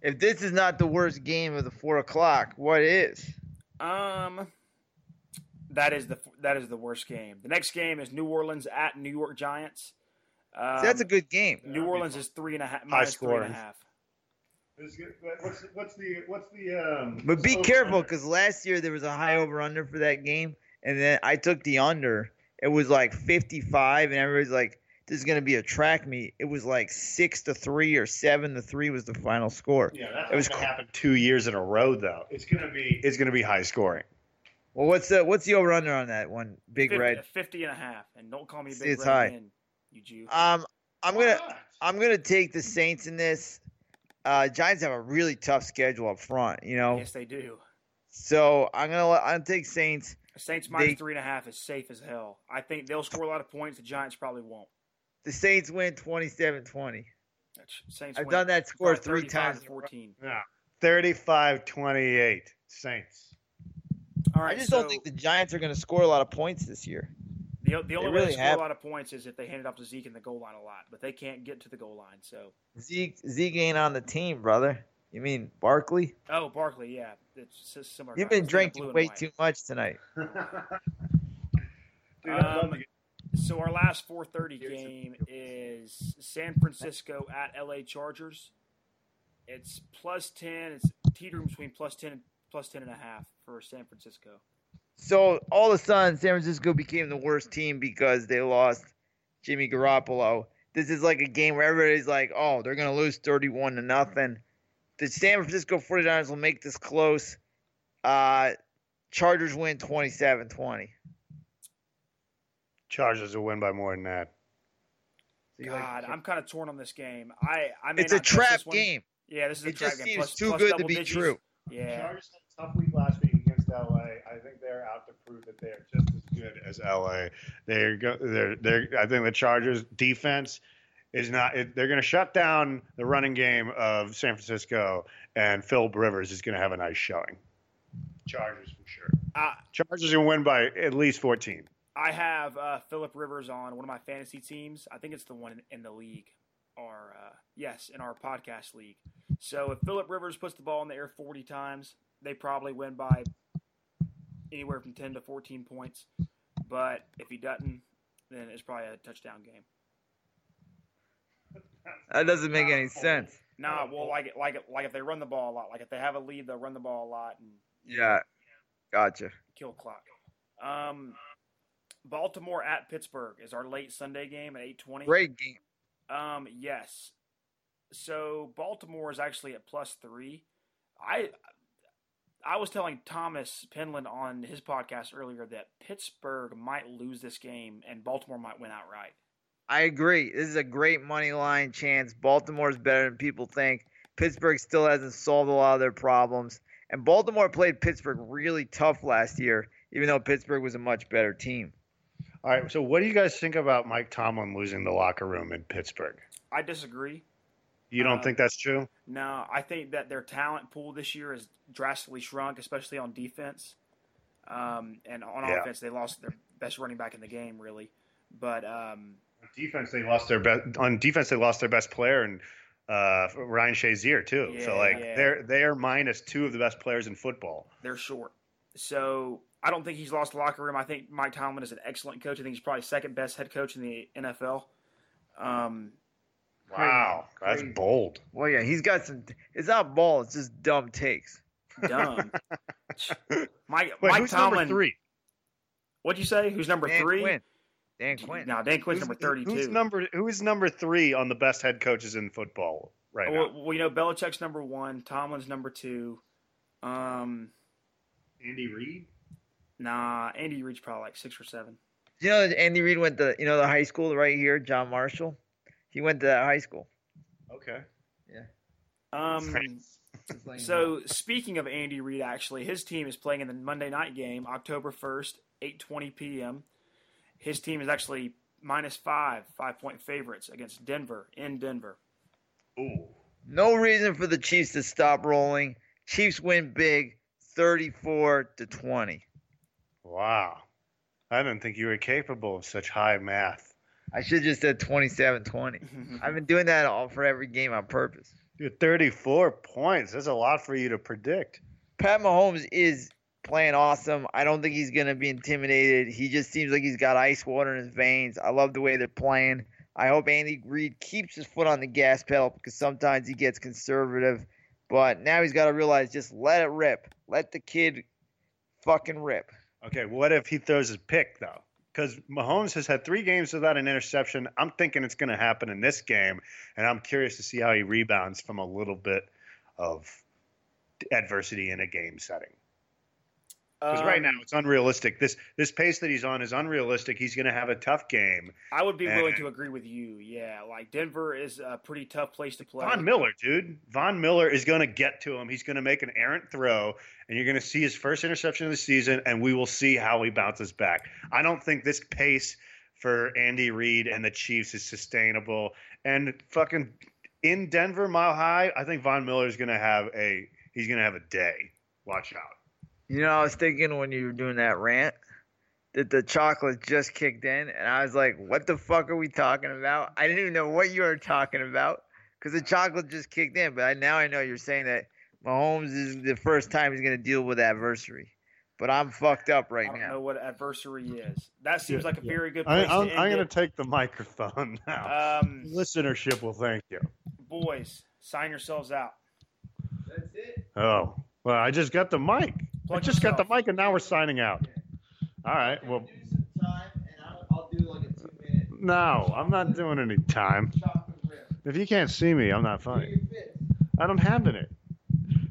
Speaker 2: If this is not the worst game of the four o'clock, what is?
Speaker 1: Um, that is the that is the worst game. The next game is New Orleans at New York Giants. Um,
Speaker 2: So that's a good game.
Speaker 1: New Orleans is three and a half minus three and
Speaker 3: scoring.
Speaker 1: a half.
Speaker 5: Is it- What's, what's the what's the um?
Speaker 2: But be
Speaker 5: over
Speaker 2: careful
Speaker 5: under?
Speaker 2: because last year there was a high over under for that game, and then I took the under. It was like 55, and everybody's like, "This is going to be a track meet." It was like six to three or seven to three was the final score.
Speaker 5: yeah, that's
Speaker 2: it was
Speaker 5: gonna
Speaker 2: cl-
Speaker 5: happen.
Speaker 3: two years in a row, though.
Speaker 5: It's gonna be
Speaker 3: It's going to be high scoring.
Speaker 2: Well, what's the what's the over under on that one? Big
Speaker 1: 50,
Speaker 2: red.
Speaker 1: 50 and a half. And don't call me
Speaker 2: See,
Speaker 1: Big
Speaker 2: it's
Speaker 1: Red
Speaker 2: high.
Speaker 1: again, you Jew.
Speaker 2: Um, I'm
Speaker 5: Why
Speaker 2: gonna
Speaker 5: not?
Speaker 2: I'm gonna take the Saints in this. Uh, Giants have a really tough schedule up front, you know.
Speaker 1: Yes, they do.
Speaker 2: So I'm gonna let- I'll take Saints.
Speaker 1: Saints minus
Speaker 2: They-
Speaker 1: three and a half is safe as hell. I think they'll score a lot of points. The Giants probably won't.
Speaker 2: The Saints win 27-20.
Speaker 1: That's- Saints
Speaker 2: I've
Speaker 1: win
Speaker 2: done that score
Speaker 1: probably
Speaker 2: three
Speaker 1: 35
Speaker 2: times.
Speaker 1: to Fourteen.
Speaker 3: 35-28 Saints.
Speaker 1: All
Speaker 2: I
Speaker 1: right.
Speaker 2: just
Speaker 1: so
Speaker 2: don't think the Giants are going to score a lot of points this year.
Speaker 1: the, the only way
Speaker 2: really
Speaker 1: they score
Speaker 2: have-
Speaker 1: a lot of points is if they hand it off to Zeke in the goal line a lot, but they can't get to the goal line. So
Speaker 2: Zeke Zeke ain't on the team, brother. You mean Barkley?
Speaker 1: oh, Barkley, yeah, it's just similar.
Speaker 2: You've
Speaker 1: guy.
Speaker 2: been
Speaker 1: It's in the blue
Speaker 2: drinking
Speaker 1: and
Speaker 2: way
Speaker 1: white.
Speaker 2: too much tonight.
Speaker 5: Dude, I'd love
Speaker 1: Um,
Speaker 5: to get-
Speaker 1: So our last 4:30
Speaker 5: Here's a-
Speaker 1: game is San Francisco at LA Chargers. It's plus 10. It's teetering between plus 10 and plus 10 and a half for San Francisco.
Speaker 2: So all of a sudden, San Francisco became the worst team because they lost Jimmy Garoppolo. This is like a game where everybody's like, "Oh, they're going to lose 31 to nothing." The San Francisco 49ers will make this close. Uh, Chargers win 27-20.
Speaker 3: Chargers will win by more than that.
Speaker 1: God, I'm kind of torn on this game. I I may
Speaker 2: It's a
Speaker 1: not touch
Speaker 2: trap
Speaker 1: this one.
Speaker 2: game.
Speaker 1: Yeah, this is a
Speaker 2: It
Speaker 1: trap
Speaker 2: just
Speaker 1: game.
Speaker 2: seems
Speaker 1: Plus-
Speaker 2: too
Speaker 1: plus
Speaker 2: good to
Speaker 1: double
Speaker 2: be
Speaker 1: digits.
Speaker 2: true.
Speaker 1: Yeah,
Speaker 5: Chargers had a tough week last week against LA. I think they're out to prove that they are just as good.
Speaker 3: Good as LA. They're go, they're they're I think the Chargers defense is not it, they're going to shut down the running game of San Francisco and Phil Rivers is going to have a nice showing. Chargers for sure.
Speaker 1: I
Speaker 3: Chargers will win by at least 14.
Speaker 1: I have uh, Philip Rivers on one of my fantasy teams. I think it's the one in, in the league, or uh, yes, in our podcast league. So if Philip Rivers puts the ball in the air 40 times, they probably win by anywhere from 10 to 14 points. But if he doesn't, then it's probably a touchdown game.
Speaker 2: That doesn't make any sense.
Speaker 1: Nah, well, like it, like it, like if they run the ball a lot, like if they have a lead, they'll run the ball a lot and
Speaker 2: Yeah, gotcha.
Speaker 1: kill clock. Um, Baltimore at Pittsburgh is our late Sunday game at 8:20.
Speaker 2: Great game.
Speaker 1: Um, yes. So Baltimore is actually at plus three. I I was telling Thomas Penland on his podcast earlier that Pittsburgh might lose this game and Baltimore might win outright.
Speaker 2: I agree. This is a great money line chance. Baltimore's better than people think. Pittsburgh still hasn't solved a lot of their problems. And Baltimore played Pittsburgh really tough last year, even though Pittsburgh was a much better team.
Speaker 3: All right. So, what do you guys think about Mike Tomlin losing the locker room in Pittsburgh?
Speaker 1: I disagree.
Speaker 3: You don't
Speaker 1: Uh,
Speaker 3: think that's true?
Speaker 1: No, I think that their talent pool this year has drastically shrunk, especially on defense. Um, and on
Speaker 3: Yeah.
Speaker 1: offense, they lost their best running back in the game, really. But um,
Speaker 3: On defense, they lost their best. On defense, they lost their best player and uh, Ryan Shazier too. so,
Speaker 1: Yeah,
Speaker 3: like,
Speaker 1: yeah.
Speaker 3: they're they're minus two of the best players in football.
Speaker 1: they're short. So I don't think he's lost the locker room. I think Mike Tomlin is an excellent coach. I think he's probably second best head coach in the NFL. Um,
Speaker 3: Wow, that's
Speaker 6: Crazy.
Speaker 3: bold.
Speaker 2: Well, yeah, he's got some. It's not ball. It's just dumb takes.
Speaker 1: dumb. Mike,
Speaker 3: Wait,
Speaker 1: Mike
Speaker 3: who's
Speaker 1: Tomlin.
Speaker 3: number three?
Speaker 1: What'd you say? Who's number
Speaker 2: Dan
Speaker 1: three?
Speaker 2: Quinn. Dan Quinn.
Speaker 1: No, Dan Quinn's
Speaker 3: Who's-
Speaker 1: number thirty-two.
Speaker 3: Who's number Who is number three on the best head coaches in football right now?
Speaker 1: Well, well, you know, Belichick's number one. Tomlin's number two. Um,
Speaker 5: Andy Reid?
Speaker 1: nah, Andy Reid's probably like six or seven.
Speaker 2: You know, that Andy Reid went to you know the high school right here, John Marshall. He went to that high school.
Speaker 3: Okay.
Speaker 1: Um,
Speaker 6: It's like-
Speaker 1: so speaking of Andy Reid, actually, his team is playing in the Monday night game, October first, eight twenty p.m. His team is actually minus five, five point favorites against Denver in Denver.
Speaker 5: Ooh.
Speaker 2: No reason for the Chiefs to stop rolling. Chiefs win big, thirty-four to twenty.
Speaker 3: Wow. I didn't think you were capable of such high math.
Speaker 2: I should just said 27-20.
Speaker 3: Mm-hmm.
Speaker 2: I've been doing that all for every game on purpose.
Speaker 3: You're 34 points. That's a lot for you to predict.
Speaker 2: Pat Mahomes is playing awesome. I don't think he's going to be intimidated. He just seems like he's got ice water in his veins. I love the way they're playing. I hope Andy Reid keeps his foot on the gas pedal because sometimes he gets conservative. But now he's got to realize just let it rip. Let the kid fucking rip.
Speaker 3: Okay, what if he throws his pick though? Because Mahomes has had three games without an interception. I'm thinking it's going to happen in this game, and I'm curious to see how he rebounds from a little bit of adversity in a game setting. Because right
Speaker 1: Um,
Speaker 3: now it's unrealistic. This this pace that he's on is unrealistic. He's going to have a tough game.
Speaker 1: I would be
Speaker 3: And-
Speaker 1: willing to agree with you. Yeah, like Denver is a pretty tough place to play.
Speaker 3: Von Miller, dude. Von Miller is going to get to him. He's going to make an errant throw, and you're going to see his first interception of the season, and we will see how he bounces back. I don't think this pace for Andy Reid and the Chiefs is sustainable. And fucking in Denver, mile high, I think Von Miller is going to have a he's going to have a day. Watch out.
Speaker 2: You know, I was thinking when you were doing that rant that the chocolate just kicked in, and I was like, "What the fuck are we talking about?" I didn't even know what you were talking about because the chocolate just kicked in. But I, now I know you're saying that Mahomes is the first time he's going to deal with adversary. But I'm fucked up
Speaker 1: I
Speaker 2: right
Speaker 1: don't
Speaker 2: now.
Speaker 1: know what adversary is. That seems
Speaker 3: Yeah,
Speaker 1: like a
Speaker 3: yeah.
Speaker 1: very good
Speaker 3: I,
Speaker 1: place
Speaker 3: I'm,
Speaker 1: to
Speaker 3: I'm
Speaker 1: end
Speaker 3: going to
Speaker 1: it.
Speaker 3: take the microphone now.
Speaker 1: Um,
Speaker 3: Listenership will thank you.
Speaker 1: boys, sign yourselves out.
Speaker 6: Um, That's it.
Speaker 3: Oh, well, I just got the mic. I
Speaker 1: Plug
Speaker 3: just got the
Speaker 1: yourself.
Speaker 3: mic, and now we're signing out. All right.
Speaker 6: Okay,
Speaker 3: Well,
Speaker 6: do some time, and I'll, I'll do like a two-minute
Speaker 3: No, I'm not doing any time.
Speaker 6: chocolate rip.
Speaker 3: If you can't see me, I'm not
Speaker 6: Do
Speaker 3: funny.
Speaker 6: your fist.
Speaker 3: I don't have any.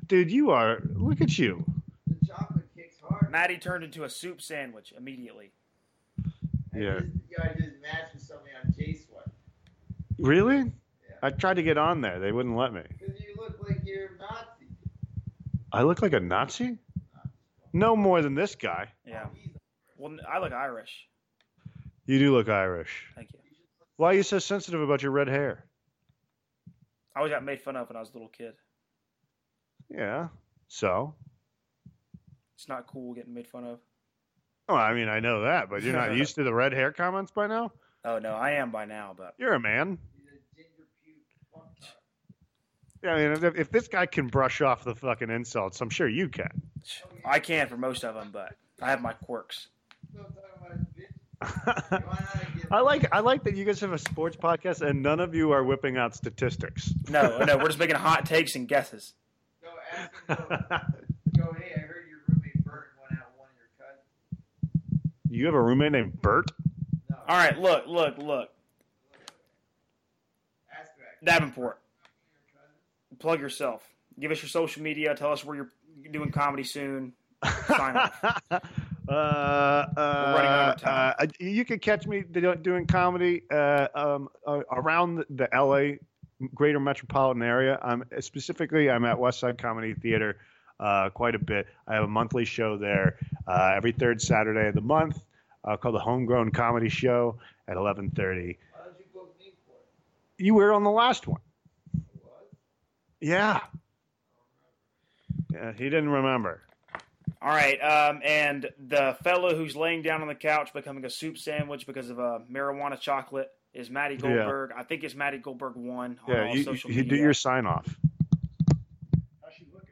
Speaker 3: Dude, you are. Look at you.
Speaker 6: The chocolate kicks hard.
Speaker 1: Maddie turned into a soup sandwich immediately.
Speaker 6: I
Speaker 3: Yeah.
Speaker 6: Just, you gotta just match with somebody on J Sweat.
Speaker 3: Really?
Speaker 6: Yeah.
Speaker 3: I tried to get on there. They wouldn't let me.
Speaker 6: Because you look like you're a Nazi.
Speaker 3: I look like a Nazi?
Speaker 6: Nah,
Speaker 3: No more than this guy.
Speaker 1: Yeah.
Speaker 6: he's-
Speaker 1: Well, n- I look Irish.
Speaker 3: You do look Irish.
Speaker 1: Thank you.
Speaker 3: Why are you so sensitive about your red hair?
Speaker 1: I always got made fun of when I was a little kid.
Speaker 3: Yeah. So?
Speaker 1: It's not cool getting made fun of.
Speaker 3: Well, I mean, I know that, but you're not used to the red hair comments by now?
Speaker 1: Oh no, I am by now, but
Speaker 3: You're a man.
Speaker 6: He's a ginger puke fucktard.
Speaker 3: Yeah, I mean, if, if this guy can brush off the fucking insults, I'm sure you can.
Speaker 1: I can for most of them. But I have my quirks.
Speaker 6: Still talking about his bitch. Why not I get
Speaker 3: I like I like that you guys have a sports podcast and none of you are whipping out statistics.
Speaker 1: No, no, we're just making hot takes and guesses.
Speaker 6: go ask him go, go, hey, I heard your roommate Burton went out with one of your cousins.
Speaker 3: you have a roommate named Bert.
Speaker 6: No.
Speaker 1: All right, look, look, look.
Speaker 6: Ask that.
Speaker 1: Davenport,
Speaker 6: Your cousin?
Speaker 1: plug yourself. Give us your social media. Tell us where you're doing comedy soon. Sign
Speaker 3: uh,
Speaker 1: off.
Speaker 3: uh,
Speaker 1: running out of time.
Speaker 3: uh, you can catch me do- doing comedy uh, um, uh, around the LA greater metropolitan area. I'm specifically I'm at West Side Comedy Theater uh, quite a bit. I have a monthly show there uh, every third Saturday of the month uh, called the Homegrown Comedy Show at 11:30.
Speaker 6: Why did you book me for it?
Speaker 3: You were on the last one.
Speaker 6: What?
Speaker 3: Yeah. Yeah, he didn't remember.
Speaker 1: All right, um, and the fellow who's laying down on the couch becoming a soup sandwich because of a marijuana chocolate is Matty Goldberg. I think it's Matty Goldberg one on
Speaker 3: Yeah,
Speaker 1: all
Speaker 3: you,
Speaker 1: social
Speaker 3: you do
Speaker 1: media.
Speaker 3: your sign off.
Speaker 5: How's she looking?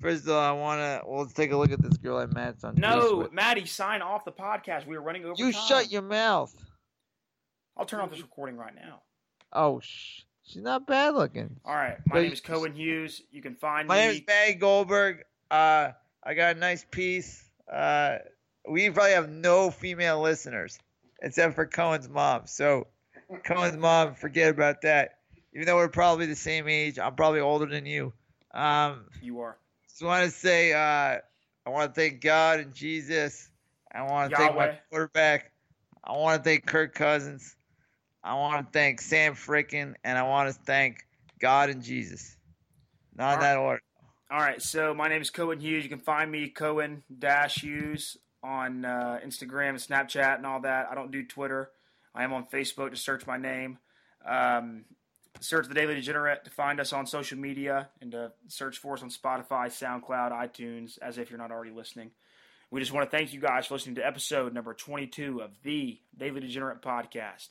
Speaker 2: First of all, I wanna well, let's take a look at this girl I met on. Juice
Speaker 1: no,
Speaker 2: with.
Speaker 1: Matty, sign off the podcast. We are running over.
Speaker 2: you
Speaker 1: time.
Speaker 2: shut your mouth.
Speaker 1: I'll turn off this recording right now.
Speaker 2: Oh, sh- she's not bad looking.
Speaker 1: All right, my
Speaker 2: But-
Speaker 1: name is Cohen Hughes. You can find
Speaker 2: My name is
Speaker 1: me.
Speaker 2: Barry Goldberg. Uh, I got a nice piece. Uh, we probably have no female listeners except for Cohen's mom. So, Cohen's mom, forget about that. Even though we're probably the same age, I'm probably older than you. Um,
Speaker 1: you are
Speaker 2: just want to say, uh, I want to thank God and Jesus. I want to thank my
Speaker 1: Yahweh.
Speaker 2: quarterback. I want to thank Kirk Cousins. I want to thank Sam Frickin, and I want to thank God and Jesus. Not in
Speaker 1: All
Speaker 2: that order.
Speaker 1: All right, so my name is Cohen Hughes. You can find me Cohen Dash Hughes on uh, Instagram and Snapchat and all that. I don't do Twitter. I am on Facebook to search my name. Um, search the Daily Degenerate to find us on social media and to search for us on Spotify, SoundCloud, iTunes, as if you're not already listening. We just want to thank you guys for listening to episode number 22 of the Daily Degenerate podcast.